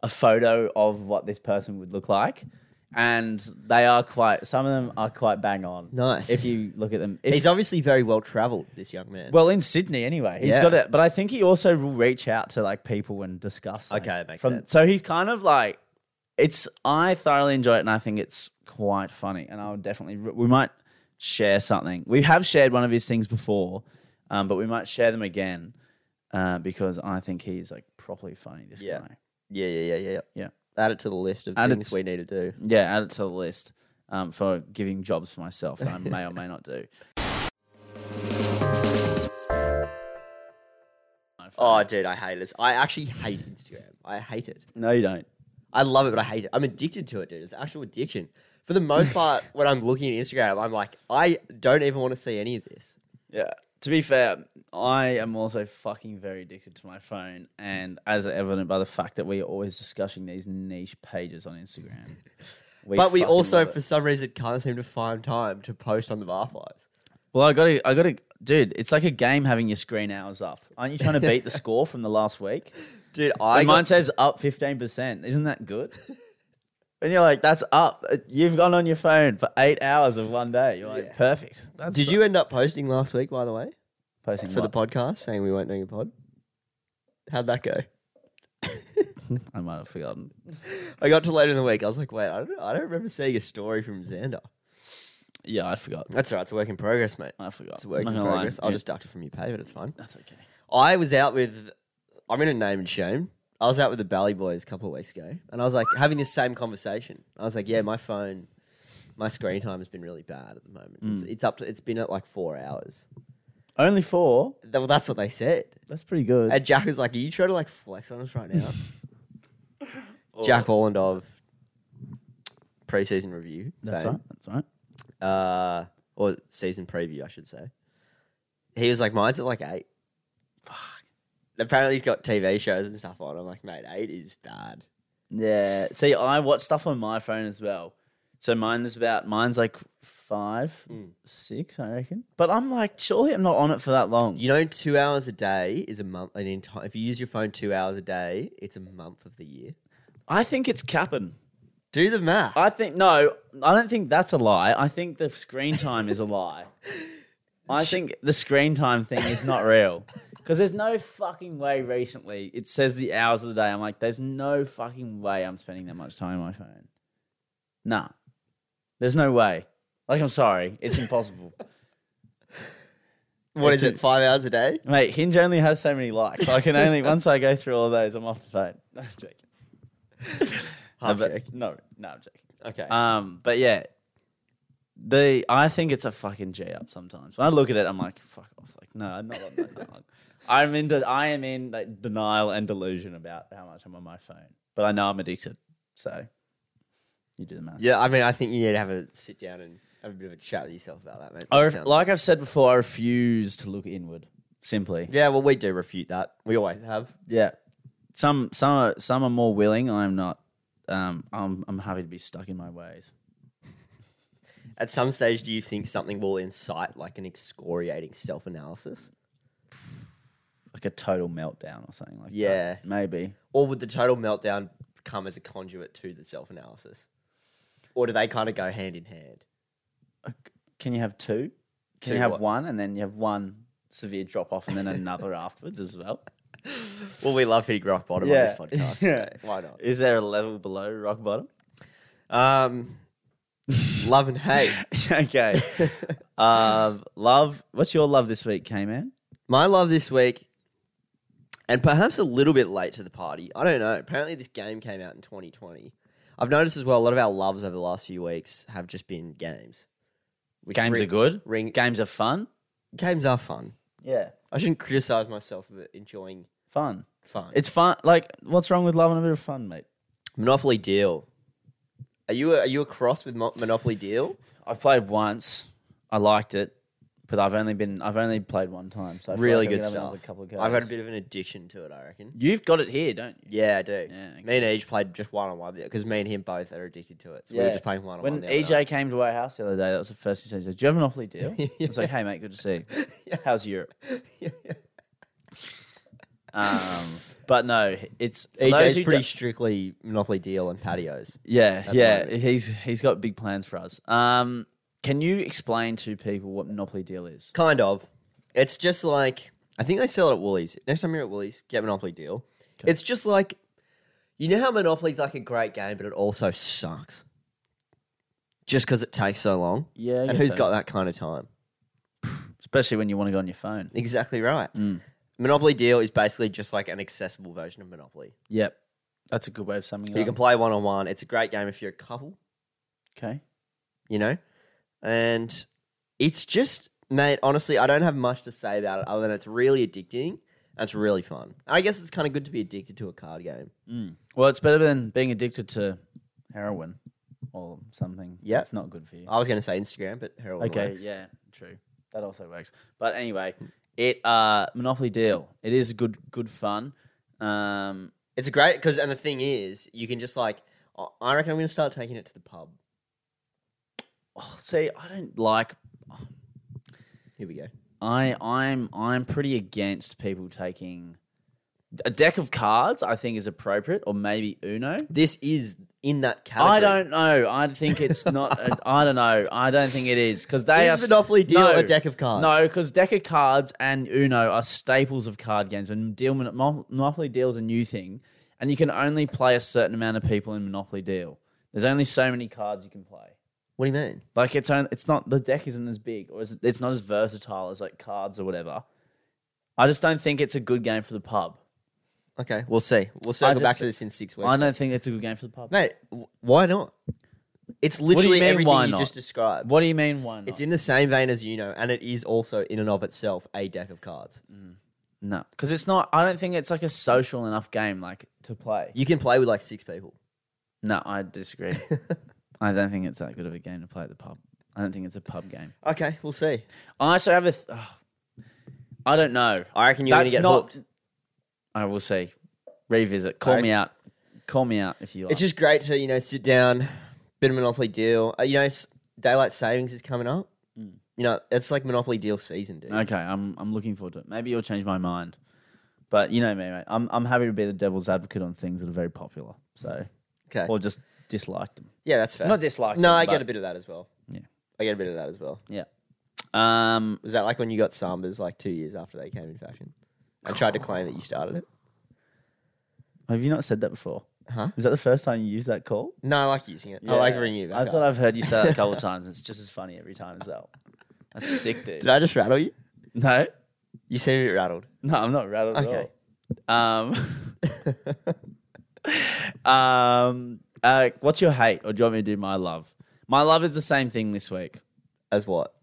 Speaker 2: a photo of what this person would look like. And they are quite, some of them are quite bang on.
Speaker 1: Nice.
Speaker 2: If you look at them. If-
Speaker 1: He's obviously very well travelled, this young man.
Speaker 2: well, in Sydney anyway. he's
Speaker 1: Yeah.
Speaker 2: got it. But I think he also will reach out to like people and discuss. something
Speaker 1: Okay, it makes sense.
Speaker 2: So he's kind of like, it's, I thoroughly enjoy it and I think it's quite funny. And I would definitely, we might share something. We have shared one of his things before, um, but we might share them again uh, because I think he's like properly funny. This
Speaker 1: Yeah.
Speaker 2: guy.
Speaker 1: yeah, yeah, yeah, yeah.
Speaker 2: Yeah.
Speaker 1: Add it to the list of
Speaker 2: Add it
Speaker 1: things
Speaker 2: to-
Speaker 1: we need to do.
Speaker 2: Yeah, add it to the list um, for giving jobs for myself that I may or may not do.
Speaker 1: Oh, dude, I hate this. I actually hate Instagram. I hate it.
Speaker 2: No, you don't.
Speaker 1: I love it, but I hate it. I'm addicted to it, dude. It's actual addiction. For the (laughs) most part, when I'm looking at Instagram, I'm like, I don't even want to see any of this.
Speaker 2: Yeah. To be fair, I am also fucking very addicted to my phone, and as evident by the fact that we are always discussing these niche pages on
Speaker 1: (laughs)
Speaker 2: Instagram.
Speaker 1: but we
Speaker 2: fucking
Speaker 1: also,
Speaker 2: love it.
Speaker 1: for some reason, can't seem to find time to post on the barflies.
Speaker 2: well, I got to, I got to, dude. It's like a game having your screen hours up. Aren't you trying
Speaker 1: (laughs)
Speaker 2: to beat the score from the last week?
Speaker 1: Dude,
Speaker 2: I
Speaker 1: I
Speaker 2: mine
Speaker 1: got,
Speaker 2: says up fifteen percent. Isn't
Speaker 1: (laughs)
Speaker 2: that good? and you're like, that's up. Uh, You've gone on your phone for eight hours of one day. You're like,
Speaker 1: Yeah.
Speaker 2: perfect. That's
Speaker 1: did you end up posting last week, by the way,
Speaker 2: posting
Speaker 1: for
Speaker 2: for
Speaker 1: the podcast, saying we weren't doing a pod? How'd that go?
Speaker 2: the? I might have forgotten.
Speaker 1: I got to later in the week. I was like, wait, I don't, I don't remember seeing a story from Xander.
Speaker 2: Yeah, I forgot.
Speaker 1: That's all right. It's a work in progress, mate.
Speaker 2: I forgot.
Speaker 1: It's a work
Speaker 2: I'm
Speaker 1: in
Speaker 2: not gonna lie.
Speaker 1: progress. I'll
Speaker 2: Yeah.
Speaker 1: just deduct it from your pay, but it's fine.
Speaker 2: That's okay.
Speaker 1: I was out with, I'm going to name and shame. I was out with the Bally Boys a couple of weeks ago, and I was like having this same conversation. I was like, yeah, my phone, my screen time has been really bad at the moment. It's,
Speaker 2: Mm.
Speaker 1: it's up to, it's been at like four hours.
Speaker 2: Only four.
Speaker 1: Th- Well, that's what they said.
Speaker 2: That's pretty good.
Speaker 1: And Jack was like, are you trying to like flex on us
Speaker 2: (laughs)
Speaker 1: right now? Jack Holland of preseason review.
Speaker 2: that's
Speaker 1: fame.
Speaker 2: right. That's right.
Speaker 1: uh, or season preview, I should say. He was like, mine's at like eight. Fuck. Apparently, he's got TV shows and stuff on. I'm like, mate, eight is bad.
Speaker 2: Yeah. See, I watch stuff on my phone as well. So mine is about mine's like five, six, I reckon. But I'm like, surely I'm not on it for that long.
Speaker 1: You know, two hours a day is a month. An entire. If you use your phone two hours a day, it's a month of the year.
Speaker 2: I think it's capping.
Speaker 1: Do the math.
Speaker 2: I think no, I don't think that's a lie. I think the screen time is a lie. I think the screen time thing is not real. Because there's no fucking way recently it says the hours of the day. I'm like, there's no fucking way I'm spending that much time on my phone. Nah. There's no way. Like, I'm sorry. It's impossible.
Speaker 1: what
Speaker 2: it's
Speaker 1: is it?
Speaker 2: a-
Speaker 1: Five hours a day?
Speaker 2: Mate, Hinge only has so many likes. I can only, once I go through all those, I'm off the phone. (laughs) No,
Speaker 1: Half
Speaker 2: I'm joking. no, but-
Speaker 1: joke. Uh,
Speaker 2: No, no, I'm joking.
Speaker 1: Okay.
Speaker 2: Um, but yeah, the I think it's a fucking G up sometimes. When I look at it, I'm like, fuck off. Like, no, I'm not on
Speaker 1: (laughs)
Speaker 2: that that long. I'm in, de- I am in like, denial and delusion about how much I'm on my phone, but I know I'm addicted. So you do the math.
Speaker 1: yeah, I mean, I think you need to have a sit down and have a bit of a chat with yourself about that, mate.
Speaker 2: I
Speaker 1: That
Speaker 2: ref-
Speaker 1: sounds-
Speaker 2: like I've said before, I refuse to look inward. Simply,
Speaker 1: yeah, well, we do refute that. We always have.
Speaker 2: yeah. Some, some, are, some are more willing. I'm not. Um, I'm, I'm happy to be stuck in my ways.
Speaker 1: At some stage, do you think something will incite like an excoriating self analysis?
Speaker 2: Like a total meltdown or something like
Speaker 1: Yeah.
Speaker 2: that. Yeah, maybe.
Speaker 1: Or would the total meltdown come as a conduit to the self analysis? Or do they kind of go hand in hand?
Speaker 2: Uh, Can you have two? Can
Speaker 1: Two
Speaker 2: you have
Speaker 1: what?
Speaker 2: one and then you have one severe drop off (laughs) and then another afterwards as well?
Speaker 1: Well, we love hitting rock bottom
Speaker 2: Yeah.
Speaker 1: on this podcast. (laughs)
Speaker 2: Yeah.
Speaker 1: so why not?
Speaker 2: Is there a level below rock bottom?
Speaker 1: Um, love and hate.
Speaker 2: (laughs)
Speaker 1: (laughs)
Speaker 2: okay. um, love. What's your love this week, K man?
Speaker 1: My love this week, and perhaps a little bit late to the party. I don't know. Apparently, this game came out in 2020. I've noticed as well a lot of our loves over the last few weeks have just been games. Which
Speaker 2: Games
Speaker 1: re-
Speaker 2: are good.
Speaker 1: ring-
Speaker 2: Games are fun.
Speaker 1: Games are fun.
Speaker 2: Yeah.
Speaker 1: I shouldn't criticize myself for enjoying
Speaker 2: Fun.
Speaker 1: fun.
Speaker 2: It's fun. Like, what's wrong with loving a bit of fun, mate?
Speaker 1: Monopoly Deal. Are you are you across with Mo- Monopoly Deal?
Speaker 2: I've played once. I liked it, but I've only been I've only played one time. So I feel
Speaker 1: Really
Speaker 2: like I
Speaker 1: good
Speaker 2: could have another
Speaker 1: stuff.
Speaker 2: Couple of
Speaker 1: I've had a
Speaker 2: goes.
Speaker 1: bit of an addiction to it. I reckon.
Speaker 2: You've got it here, don't you?
Speaker 1: Yeah, I do.
Speaker 2: Yeah, okay.
Speaker 1: Me and Ej played just one on one because me and him both are addicted to it. So we were just playing one on
Speaker 2: When
Speaker 1: one.
Speaker 2: EJ came to our house the other day, that was the first he said, he said, Do you have a
Speaker 1: (laughs)
Speaker 2: Monopoly deal? I was like, Hey, mate, good to see you. How's Europe? Um, But no, it's for those
Speaker 1: EJ's
Speaker 2: who
Speaker 1: E pretty
Speaker 2: don't-
Speaker 1: strictly Monopoly deal and patios.
Speaker 2: Yeah,
Speaker 1: the
Speaker 2: yeah,
Speaker 1: moment.
Speaker 2: he's he's got big plans for us. Um, can you explain to people what Monopoly Deal is?
Speaker 1: Kind of. It's just like I think they sell it at Woolies. Next time you're at Woolies, get Monopoly deal. It's just like you know how Monopoly's like a great game, but it also sucks. Just because it takes so long.
Speaker 2: Yeah, I
Speaker 1: And
Speaker 2: guess
Speaker 1: who's
Speaker 2: so.
Speaker 1: got that kind of time?
Speaker 2: Especially when you want to go on your phone.
Speaker 1: Exactly right.
Speaker 2: Mm.
Speaker 1: Monopoly Deal is basically just like an accessible version of Monopoly.
Speaker 2: Yep, that's a good way of summing
Speaker 1: You
Speaker 2: it
Speaker 1: can
Speaker 2: up.
Speaker 1: play one on one. It's a great game if you're a couple,
Speaker 2: Okay,
Speaker 1: you know? And it's just, mate, honestly, I don't have much to say about it other than it's really addicting and it's really fun. I guess it's kind of good to be addicted to a card game.
Speaker 2: well, it's better than being addicted to heroin or something.
Speaker 1: Yep.
Speaker 2: it's not good for you.
Speaker 1: I was going to say Instagram, but heroin
Speaker 2: Okay,
Speaker 1: works.
Speaker 2: yeah, true. Hmm. That also works. But anyway, it uh Monopoly Deal. It is good good fun. Um,
Speaker 1: It's great because, and the thing is, you can just like, I- I reckon I'm going to start taking it to the pub.
Speaker 2: oh, see, I don't like
Speaker 1: Here we go.
Speaker 2: I I'm I'm pretty against people taking a deck of cards. I think is appropriate, or maybe Uno.
Speaker 1: This is in that category.
Speaker 2: I don't know. I think it's not. I I don't know. I don't think it is because they
Speaker 1: Is
Speaker 2: are
Speaker 1: Monopoly Deal
Speaker 2: no,
Speaker 1: a deck of cards?
Speaker 2: No, because deck of cards and Uno are staples of card games, and deal Mon- Monopoly Deal is a new thing, and you can only play a certain amount of people in Monopoly Deal. There's only so many cards you can play.
Speaker 1: What do you mean?
Speaker 2: Like it's on, it's not the deck isn't as big or it's, it's not as versatile as like cards or whatever. I just don't think it's a good game for the pub.
Speaker 1: Okay, we'll see. We'll circle
Speaker 2: just-
Speaker 1: back to this in six weeks.
Speaker 2: I don't think it's a good game for the pub.
Speaker 1: Mate, w- why not? It's
Speaker 2: do you
Speaker 1: literally
Speaker 2: mean,
Speaker 1: everything
Speaker 2: why
Speaker 1: you
Speaker 2: not?
Speaker 1: just described.
Speaker 2: What do you mean why not?
Speaker 1: It's in the same vein as you know, and it is also in and of itself a deck of cards.
Speaker 2: no, because it's not. I don't think it's like a social enough game like to play.
Speaker 1: You can play with like six people. (laughs)
Speaker 2: No, I disagree. I don't think it's that good of a game to play at the pub. I don't think it's a pub game.
Speaker 1: Okay, we'll see.
Speaker 2: I also have a. Th- oh, I don't know.
Speaker 1: I reckon you're going to
Speaker 2: That's
Speaker 1: get
Speaker 2: not-
Speaker 1: hooked.
Speaker 2: I will see. Revisit. Call
Speaker 1: Okay.
Speaker 2: me out. Call me out if you like.
Speaker 1: It's just great to you know sit down, bit of Monopoly deal. Uh, you know, s- daylight savings is coming up. You know, it's like Monopoly deal season, dude.
Speaker 2: Okay, I'm I'm looking forward to it. Maybe you'll change my mind. But you know me, mate. I'm I'm happy to be the devil's advocate on things that are very popular. So
Speaker 1: Okay,
Speaker 2: or just dislike them.
Speaker 1: yeah, that's fair.
Speaker 2: Not dislike.
Speaker 1: no,
Speaker 2: them,
Speaker 1: I get a
Speaker 2: but-
Speaker 1: bit of that as well.
Speaker 2: Yeah.
Speaker 1: I get a bit of that as well.
Speaker 2: Yeah. Um.
Speaker 1: Was that like when you got Sambas like two years after they came in fashion? and tried to claim that you started it.
Speaker 2: Have you not said that before?
Speaker 1: Huh?
Speaker 2: Is that the first time you used that call?
Speaker 1: No, I like using it. I like ringing it
Speaker 2: I
Speaker 1: back
Speaker 2: thought
Speaker 1: up.
Speaker 2: I've heard you say that
Speaker 1: (laughs)
Speaker 2: a couple of times. It's just as funny every time as well. That's sick, dude.
Speaker 1: Did I just rattle you?
Speaker 2: no,
Speaker 1: You seem a bit rattled.
Speaker 2: no, I'm not rattled
Speaker 1: Okay.
Speaker 2: at all. Um. (laughs) um. Uh, what's your hate, or do you want me to do my love? My love is the same thing this week.
Speaker 1: As what?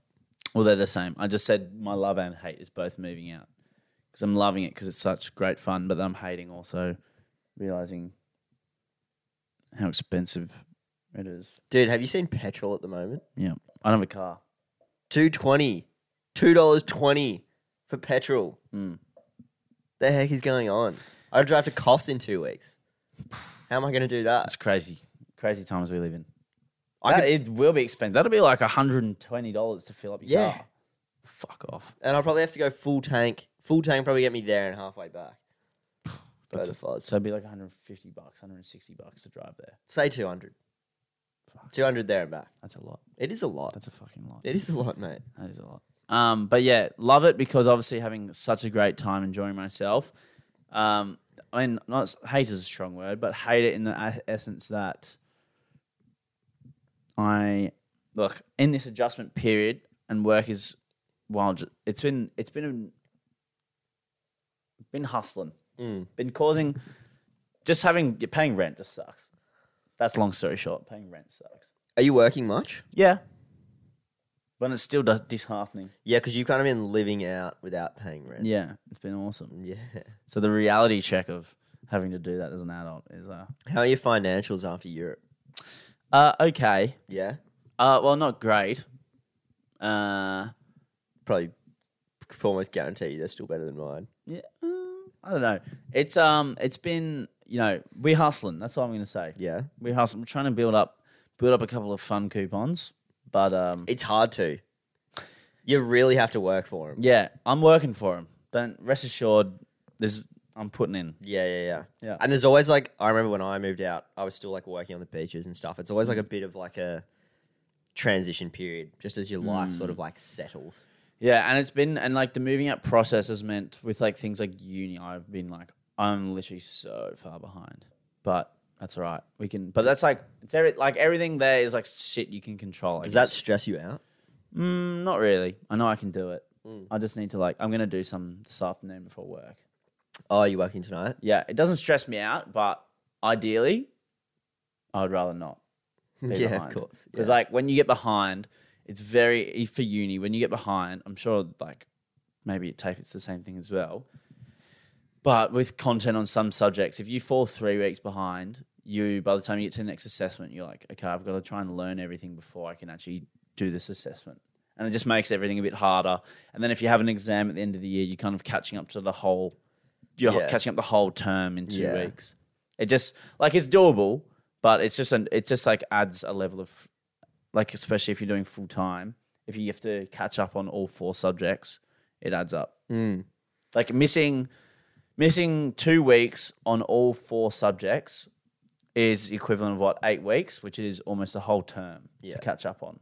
Speaker 2: Well, they're the same. I just said my love and hate is both moving out because I'm loving it because it's such great fun, but I'm hating also realizing how expensive it is.
Speaker 1: Dude, have you seen petrol at the moment?
Speaker 2: Yeah, I don't have a car.
Speaker 1: Two twenty. Two dollars twenty for petrol.
Speaker 2: Hmm.
Speaker 1: The heck is going on? I drive to Coffs in two weeks. How am I gonna do that?
Speaker 2: It's crazy, crazy times we live in.
Speaker 1: I
Speaker 2: That-
Speaker 1: could,
Speaker 2: it will be expensive. That'll be like hundred and twenty dollars to fill up your
Speaker 1: Yeah.
Speaker 2: car. Fuck off.
Speaker 1: and I'll probably have to go full tank. Full tank probably get me there and halfway back. Go to Foz.
Speaker 2: So it'd be like 150 bucks, 160 bucks to drive there.
Speaker 1: Say two hundred.
Speaker 2: Fuck.
Speaker 1: Two hundred there and back.
Speaker 2: That's a lot.
Speaker 1: It is a lot.
Speaker 2: That's a fucking lot.
Speaker 1: It is a lot, mate.
Speaker 2: That is a lot. Um, but yeah, love it because obviously having such a great time enjoying myself. Um, I mean, not hate is a strong word, but hate it in the a- essence that I look in this adjustment period and work is wild. It's been it's been been hustling,
Speaker 1: Mm.
Speaker 2: been causing just having you're paying rent just sucks. That's long story short. Paying rent sucks.
Speaker 1: Are you working much?
Speaker 2: Yeah, but it's still dis- disheartening.
Speaker 1: Yeah, because you've kind of been living out without paying rent.
Speaker 2: Yeah, it's been
Speaker 1: (laughs)
Speaker 2: awesome.
Speaker 1: Yeah.
Speaker 2: So the reality check of having to do that as an adult is uh,
Speaker 1: How are your financials after Europe?
Speaker 2: uh okay.
Speaker 1: Yeah.
Speaker 2: Uh well not great. Uh
Speaker 1: Probably could almost guarantee you they're still better than mine.
Speaker 2: yeah, uh, I don't know. It's um it's been, you know, we're hustling, that's all I'm going to say.
Speaker 1: Yeah.
Speaker 2: We're hustling. We're trying to build up build up a couple of fun coupons, but um
Speaker 1: It's hard to. You really have to work for them.
Speaker 2: yeah, I'm working for them. Don't rest assured there's I'm putting in.
Speaker 1: Yeah, yeah, yeah,
Speaker 2: Yeah.
Speaker 1: And there's always like I remember when I moved out, I was still like working on the beaches and stuff. It's always
Speaker 2: Mm.
Speaker 1: like a bit of like a transition period, just as your life
Speaker 2: Mm.
Speaker 1: sort of like settles.
Speaker 2: Yeah, and it's been and like the moving up process has meant with like things like uni, I've been like I'm literally so far behind, but that's all right. We can, but that's like it's every, like everything there is like shit you can control. I
Speaker 1: Does that
Speaker 2: guess.
Speaker 1: stress you out?
Speaker 2: Mm, not really. I know I can do it. I just need to like I'm gonna do some this afternoon before work.
Speaker 1: Oh, you're working tonight?
Speaker 2: Yeah, it doesn't stress me out, but ideally, I'd rather not.
Speaker 1: (laughs)
Speaker 2: be
Speaker 1: yeah,
Speaker 2: behind.
Speaker 1: of course.
Speaker 2: Because
Speaker 1: yeah.
Speaker 2: like when you get behind, it's very e, for uni. When you get behind, I'm sure like maybe at TAFE it's the same thing as well. But with content on some subjects, if you fall three weeks behind, you by the time you get to the next assessment, you're like, okay, I've got to try and learn everything before I can actually do this assessment. And it just makes everything a bit harder. And then if you have an exam at the end of the year, you're kind of catching up to the whole you're
Speaker 1: Yeah.
Speaker 2: catching up the whole term in two
Speaker 1: Yeah.
Speaker 2: weeks. It just like it's doable, but it's just an it just like adds a level of like especially if you're doing full time, if you have to catch up on all four subjects, it adds up.
Speaker 1: Mm.
Speaker 2: Like missing missing two weeks on all four subjects is equivalent of what eight weeks, which is almost a whole term
Speaker 1: Yeah.
Speaker 2: to catch up on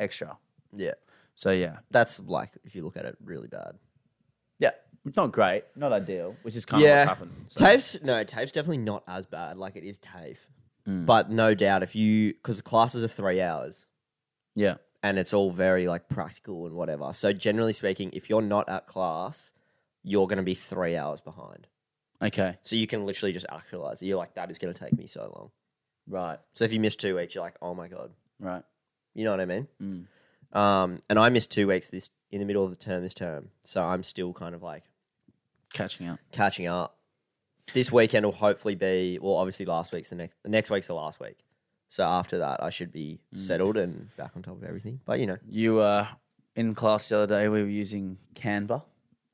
Speaker 2: extra.
Speaker 1: yeah,
Speaker 2: So yeah,
Speaker 1: that's like if you look at it, really bad.
Speaker 2: yeah, not great, not ideal, which is kind of
Speaker 1: yeah,
Speaker 2: what's happened. So-
Speaker 1: TAFE's no TAFE's definitely not as bad. Like it is TAFE,
Speaker 2: Mm.
Speaker 1: but no doubt if you because classes are three hours
Speaker 2: yeah,
Speaker 1: and it's all very like practical and whatever. So generally speaking, if you're not at class, you're going to be three hours behind.
Speaker 2: okay,
Speaker 1: So you can literally just actualize it. You're like, that is going to take me so long.
Speaker 2: right,
Speaker 1: So if you miss two weeks, you're like, oh my god,
Speaker 2: right.
Speaker 1: you know what I mean? Um, and I missed two weeks this in the middle of the term this term, so I'm still kind of like
Speaker 2: catching up.
Speaker 1: catching up. This weekend will hopefully be well, obviously last week's the next the next week's the last week. So after that I should be settled and back on top of everything. But you know.
Speaker 2: You uh, in class the other day. We were using Canva,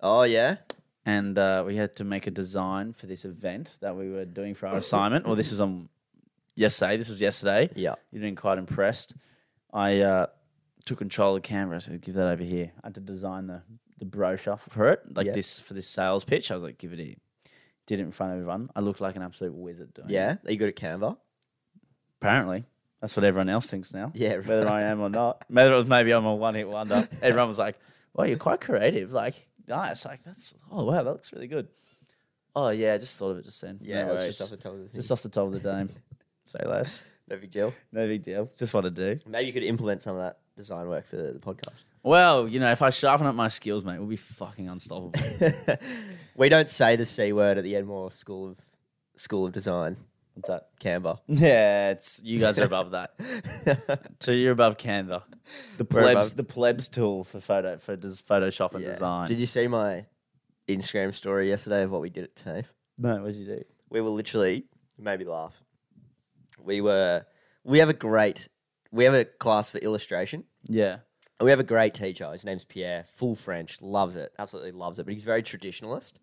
Speaker 1: Oh yeah?
Speaker 2: and uh, we had to make a design for this event that we were
Speaker 1: (laughs)
Speaker 2: doing for our assignment. Well, this is on yesterday. This was yesterday.
Speaker 1: Yeah.
Speaker 2: You've been quite impressed. I uh, took control of Canva. So give that over here. I had to design the the brochure for it, like
Speaker 1: Yeah.
Speaker 2: this for this sales pitch. I was like, give it here. Did it in front of everyone. I looked like an absolute wizard doing it.
Speaker 1: Yeah. Are you good at Canva?
Speaker 2: Apparently, that's what everyone else thinks now.
Speaker 1: Yeah,
Speaker 2: whether I am or not, (laughs) whether it was maybe I'm a one hit wonder. Everyone was like, "Well, you're quite creative. Like, nice. Like that's oh wow, that looks really good." Oh yeah, I just thought of it just then.
Speaker 1: Yeah,
Speaker 2: no
Speaker 1: it's
Speaker 2: worries.
Speaker 1: just off the top of the thing.
Speaker 2: Just off the top of the dome. (laughs) Say less.
Speaker 1: no big deal.
Speaker 2: No big deal. Just what I do.
Speaker 1: Maybe you could implement some of that design work for the podcast.
Speaker 2: Well, you know, if I sharpen up my skills, mate, we'll be fucking unstoppable.
Speaker 1: We don't say the C word at the Edmore School of School of Design,
Speaker 2: (laughs) What's that?
Speaker 1: Canva.
Speaker 2: Yeah, it's you guys are above (laughs) that. so you're above Canva, the
Speaker 1: We're
Speaker 2: plebs,
Speaker 1: above-
Speaker 2: the plebs tool for photo for des- Photoshop and
Speaker 1: Yeah.
Speaker 2: design.
Speaker 1: Did you see my Instagram story yesterday of what we did at TAFE?
Speaker 2: no, what would you do?
Speaker 1: we were literally you made me laugh. We were we have a great we have a class for illustration.
Speaker 2: Yeah.
Speaker 1: And we have a great teacher. His name's Pierre, full French, loves it, absolutely loves it. But he's very traditionalist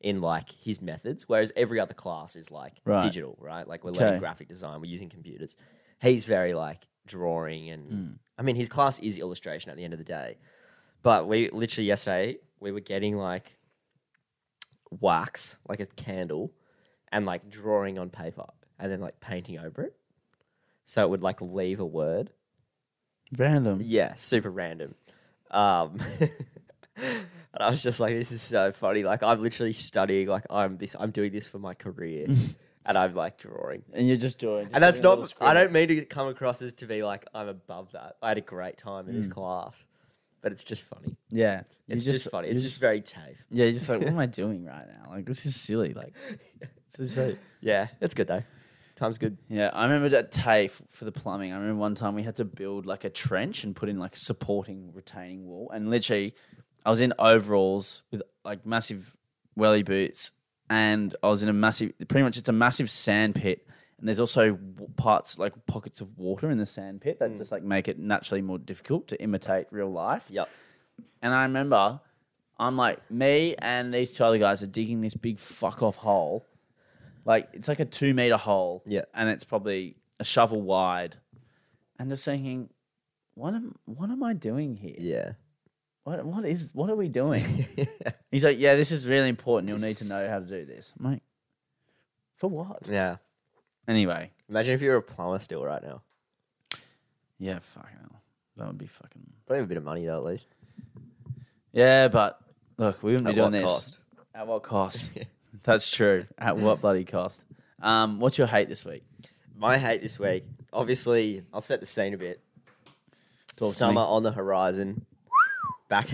Speaker 1: in like his methods, whereas every other class is like
Speaker 2: Right.
Speaker 1: digital, right? Like we're
Speaker 2: Okay.
Speaker 1: learning graphic design, we're using computers. He's very like drawing and
Speaker 2: Hmm.
Speaker 1: I mean his class is illustration at the end of the day. But we literally yesterday we were getting like wax, like a candle, and like drawing on paper and then like painting over it. So it would like leave a word.
Speaker 2: Random.
Speaker 1: Yeah, super random. Um, (laughs) and I was just like, this is so funny. Like I'm literally studying. Like I'm this. I'm doing this for my
Speaker 2: (laughs)
Speaker 1: career, and I'm like drawing.
Speaker 2: And you're just doing.
Speaker 1: And that's not. I don't mean to come across as to be like I'm above that. I had a great time in this class, but it's just funny.
Speaker 2: Yeah. Mm. you
Speaker 1: It's just, funny. It's
Speaker 2: you
Speaker 1: just, very TAFE.
Speaker 2: Yeah,
Speaker 1: (laughs)
Speaker 2: you're just like, what am I doing right now? Like, this is silly. Like, this is so.
Speaker 1: Yeah, it's good though. Time's good.
Speaker 2: Yeah, I remember at TAFE for the plumbing. I remember one time we had to build like a trench and put in like supporting retaining wall. And literally, I was in overalls with like massive welly boots, and I was in a massive, pretty much it's a massive sand pit. And there's also w- parts like pockets of water in the sand pit
Speaker 1: Hmm.
Speaker 2: that just like make it naturally more difficult to imitate real life.
Speaker 1: Yep.
Speaker 2: And I remember I'm like, me and these two other guys are digging this big fuck off hole. Like, it's like a two meter hole.
Speaker 1: Yeah.
Speaker 2: And it's probably a shovel wide. And just thinking, what am, what am I doing here?
Speaker 1: Yeah.
Speaker 2: What, what is what are we doing? He's like, yeah, this is really important. You'll need to know how to do this. I'm like, for what?
Speaker 1: yeah.
Speaker 2: Anyway,
Speaker 1: Imagine if you were a plumber still right now.
Speaker 2: yeah, fucking hell, that would be fucking.
Speaker 1: Probably a bit of money though, at least.
Speaker 2: Yeah, but look, we wouldn't be
Speaker 1: At
Speaker 2: doing
Speaker 1: what
Speaker 2: this.
Speaker 1: cost?
Speaker 2: At
Speaker 1: (laughs)
Speaker 2: what cost? That's true. At what bloody cost? Um, what's your hate this week?
Speaker 1: My hate this week, obviously, I'll set the scene a bit.
Speaker 2: Talk to
Speaker 1: Summer
Speaker 2: me.
Speaker 1: on the horizon. Back,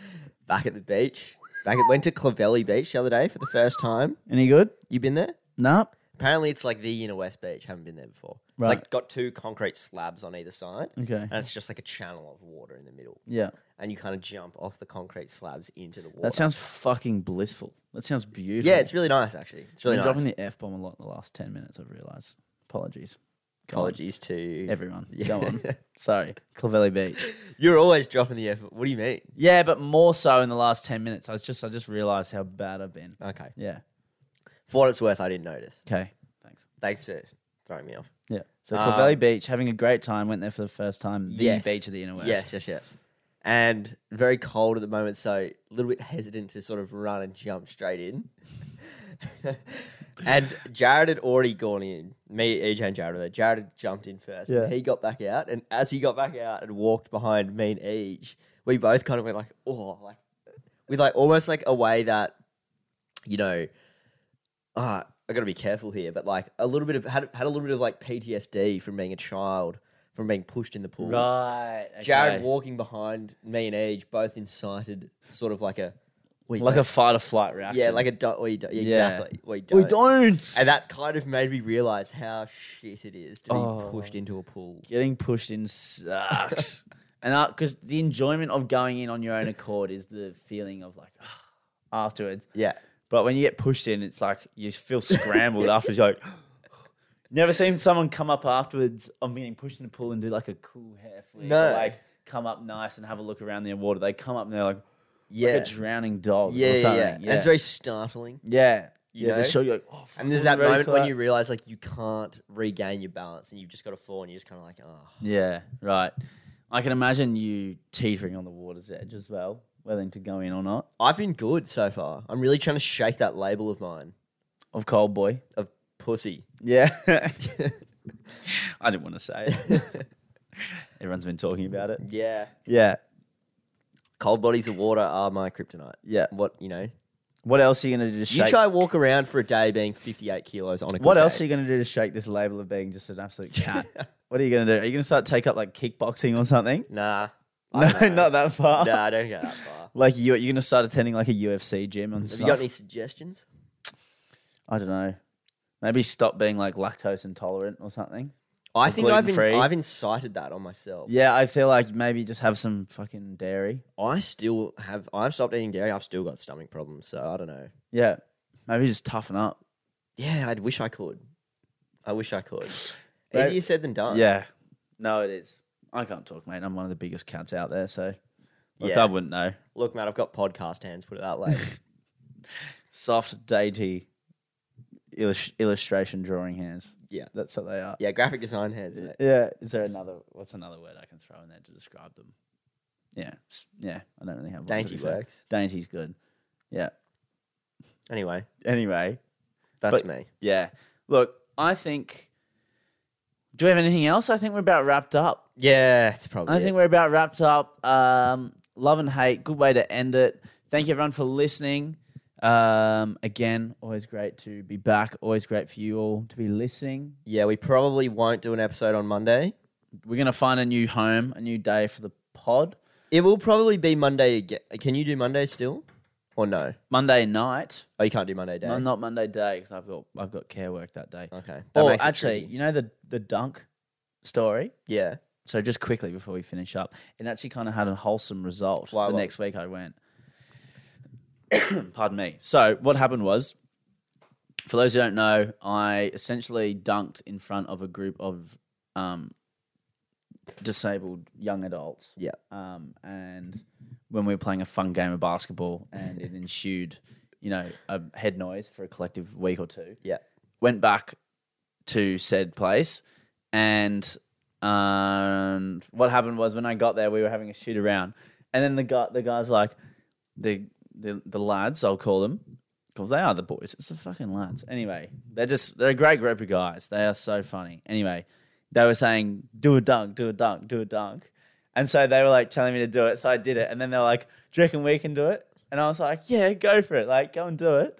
Speaker 1: (laughs) back at the beach. Back at, went to Clavelli Beach the other day for the first time.
Speaker 2: Any good?
Speaker 1: You been there?
Speaker 2: No.
Speaker 1: Apparently, it's like the inner West Beach. Haven't been there before. It's
Speaker 2: Right.
Speaker 1: like got two concrete slabs on either side,
Speaker 2: Okay.
Speaker 1: and it's just like a channel of water in the middle.
Speaker 2: Yeah.
Speaker 1: And you kind of jump off the concrete slabs into the water.
Speaker 2: That sounds fucking blissful. That sounds beautiful.
Speaker 1: yeah, it's really nice actually. It's really
Speaker 2: I've been
Speaker 1: nice.
Speaker 2: dropping the f bomb a lot in the last ten minutes. I've realised. Apologies. Go on,
Speaker 1: Apologies to
Speaker 2: everyone.
Speaker 1: Yeah.
Speaker 2: Go
Speaker 1: (laughs)
Speaker 2: on. Sorry, Clavelli Beach.
Speaker 1: You're always dropping the effort. What do you mean?
Speaker 2: Yeah, but more so in the last ten minutes. I was just I just realised how bad I've been.
Speaker 1: Okay.
Speaker 2: Yeah.
Speaker 1: For what it's worth, I didn't notice.
Speaker 2: Okay. Thanks.
Speaker 1: Thanks for throwing me off.
Speaker 2: Yeah. So
Speaker 1: Um,
Speaker 2: Clavelli Beach, having a great time. Went there for the first time. The
Speaker 1: Yes.
Speaker 2: beach of the inner west.
Speaker 1: Yes, yes, yes. And very cold at the moment, so a little bit hesitant to sort of run and jump straight in. (laughs) and Jared had already gone in. Me, EJ, and Jared were there. Jared had jumped in first.
Speaker 2: Yeah.
Speaker 1: And he got back out. And as he got back out and walked behind me and EJ, we both kind of went like, oh, like, with like almost like a way that, you know, uh, I got to be careful here, but like a little bit of, had, had a little bit of like PTSD from being a child, from being pushed in the pool.
Speaker 2: Right.
Speaker 1: Jared
Speaker 2: okay.
Speaker 1: walking behind me and Age both incited sort of like a we
Speaker 2: like a
Speaker 1: don't-
Speaker 2: fight or flight reaction.
Speaker 1: yeah like a do- we do- yeah,
Speaker 2: Yeah.
Speaker 1: exactly we don't.
Speaker 2: we don't.
Speaker 1: and that kind of made me realize how shit it is to be
Speaker 2: Oh.
Speaker 1: pushed into a pool
Speaker 2: Getting pushed
Speaker 1: (laughs)
Speaker 2: in sucks. and because the enjoyment of going in on your own accord is the feeling of like (sighs) afterwards.
Speaker 1: yeah
Speaker 2: But when you get pushed in, it's like you
Speaker 1: (laughs)
Speaker 2: feel scrambled afterwards. You're like, (gasps) never seen someone come up afterwards. I'm getting pushed in the pool and do like a cool hair flip. or,
Speaker 1: No.
Speaker 2: like come up nice and have a look around the water. They come up and they're like,
Speaker 1: yeah
Speaker 2: like a drowning dog.
Speaker 1: yeah,
Speaker 2: or
Speaker 1: yeah, yeah
Speaker 2: something.
Speaker 1: And it's very starting
Speaker 2: Yeah.
Speaker 1: You
Speaker 2: yeah,
Speaker 1: know?
Speaker 2: they show you like, oh, fuck,
Speaker 1: and there's that
Speaker 2: wasn't ready
Speaker 1: moment
Speaker 2: for
Speaker 1: when
Speaker 2: that.
Speaker 1: you realize like you can't regain your balance and you've just got to fall and you're just kind of like oh
Speaker 2: Yeah, right. I can imagine you teetering on the water's edge as well, whether to go in or not.
Speaker 1: I've been good so far I'm really trying to shake that label of mine
Speaker 2: Of cold boy.
Speaker 1: of pussy (laughs)
Speaker 2: Yeah. I didn't want to say it. Everyone's been talking about it.
Speaker 1: yeah
Speaker 2: (laughs) Yeah.
Speaker 1: cold bodies of water are my kryptonite
Speaker 2: Yeah.
Speaker 1: what you know
Speaker 2: What else are you going to do to
Speaker 1: You
Speaker 2: shake?
Speaker 1: try walk around for a day being 58 kilos on a good
Speaker 2: what
Speaker 1: (laughs)
Speaker 2: else are
Speaker 1: day.
Speaker 2: you going to do to shake this label of being just an (laughs) absolute cat? what are you going to do? Are you going to start take up like kickboxing or something?
Speaker 1: Nah.
Speaker 2: (laughs) No,
Speaker 1: I don't know.
Speaker 2: not that far.
Speaker 1: Nah, I don't go that far.
Speaker 2: Like you, you're going to start attending like a UFC gym and
Speaker 1: Have
Speaker 2: stuff.
Speaker 1: you got any suggestions?
Speaker 2: I don't know. Maybe stop being like lactose intolerant or something.
Speaker 1: I think I've, ins-
Speaker 2: gluten-free?
Speaker 1: I've incited that on myself.
Speaker 2: Yeah, I feel like maybe just have some fucking dairy.
Speaker 1: I still have, I've stopped eating dairy. I've still got stomach problems. So I don't know.
Speaker 2: Yeah, maybe just toughen up.
Speaker 1: Yeah, I wish I could. I wish I
Speaker 2: (sighs)
Speaker 1: could.
Speaker 2: Right.
Speaker 1: Easier said than done.
Speaker 2: yeah, no, it is. I can't talk, mate. I'm one of the biggest cats out there, so look,
Speaker 1: Yeah.
Speaker 2: I wouldn't know.
Speaker 1: Look, mate, I've got podcast hands, put it that
Speaker 2: (laughs)
Speaker 1: way.
Speaker 2: Soft, dainty illus- illustration drawing hands.
Speaker 1: Yeah.
Speaker 2: that's what they are.
Speaker 1: yeah, graphic design hands, mate.
Speaker 2: Yeah. Is there another? What's another word I can throw in there to describe them? Yeah, s- yeah. I don't really have one, to
Speaker 1: Dainty
Speaker 2: be fair.
Speaker 1: works.
Speaker 2: Dainty's good. Yeah.
Speaker 1: Anyway,
Speaker 2: Anyway,
Speaker 1: that's
Speaker 2: But-
Speaker 1: me.
Speaker 2: yeah. Look, I think. Do we have anything else? I think we're about wrapped up.
Speaker 1: Yeah, it's probably.
Speaker 2: I
Speaker 1: it.
Speaker 2: think we're about wrapped up. Um, love and hate, good way to end it. Thank you everyone for listening. Um, again, always great to be back. Always great for you all to be listening.
Speaker 1: yeah, we probably won't do an episode on Monday.
Speaker 2: We're gonna find a new home, a new day for the pod.
Speaker 1: It will probably be Monday again. Can you do Monday still? Or no?
Speaker 2: Monday night,
Speaker 1: Oh, you can't do Monday day.
Speaker 2: no, not Monday day, because I've got I've got care work that day.
Speaker 1: Okay. That
Speaker 2: Oh,
Speaker 1: makes it
Speaker 2: actually,
Speaker 1: tricky.
Speaker 2: you know the the dunk story.
Speaker 1: yeah.
Speaker 2: So just quickly before we finish up, it actually kind of had a wholesome result.
Speaker 1: Why,
Speaker 2: the
Speaker 1: what?
Speaker 2: next week I went. (coughs) Pardon me. So what happened was, for those who don't know, I essentially dunked in front of a group of um, disabled young adults.
Speaker 1: Yeah.
Speaker 2: Um, and when we were playing a fun game of basketball, and it ensued, you know, a head noise for a collective week or two
Speaker 1: Yeah.
Speaker 2: went back to said place and um, what happened was when I got there we were having a shoot around And then the guy, the guys like the the the lads, I'll call them because they are the boys. It's the fucking lads. Anyway, they're just they're a great group of guys. They are so funny. Anyway, they were saying do a dunk, do a dunk, do a dunk, and so they were like telling me to do it. So I did it, and then they're like, "Do you reckon we can do it?" And I was like, "Yeah, go for it. Like, go and do it."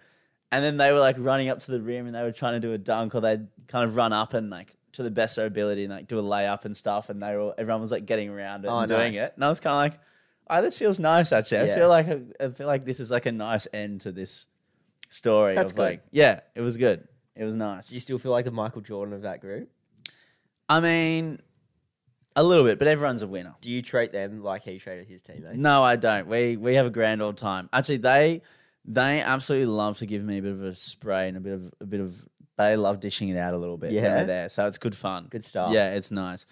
Speaker 2: And then they were like running up to the rim and they were trying to do a dunk or they'd kind of run up and like to the best of their ability and like do a layup and stuff. And they were all, everyone was like getting around it
Speaker 1: Oh,
Speaker 2: and doing
Speaker 1: nice.
Speaker 2: it. And I was kind of like, oh, this feels nice actually.
Speaker 1: Yeah.
Speaker 2: I feel like I feel like this is like a nice end to this story.
Speaker 1: That's
Speaker 2: of
Speaker 1: good.
Speaker 2: like, yeah, it was good. It was nice.
Speaker 1: Do you still feel like the Michael Jordan of that group?
Speaker 2: I mean, a little bit, but everyone's a winner.
Speaker 1: Do you treat them like he treated his teammates?
Speaker 2: No, I don't. We we have a grand old time. Actually, they they absolutely love to give me a bit of a spray and a bit of a bit of. They love dishing it out a little bit. when
Speaker 1: Yeah?
Speaker 2: we're there, so it's good fun.
Speaker 1: Good stuff.
Speaker 2: Yeah, it's nice.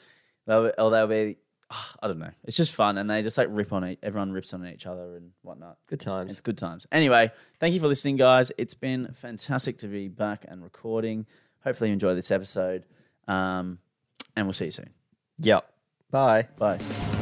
Speaker 2: They'll be, or they'll be. ah, I don't know. It's just fun, and they just like rip on it. Everyone rips on each other and whatnot.
Speaker 1: Good times.
Speaker 2: It's good times. Anyway, thank you for listening, guys. It's been fantastic to be back and recording. Hopefully, you enjoy this episode, um, and we'll see you soon.
Speaker 1: Yep. Bye.
Speaker 2: Bye.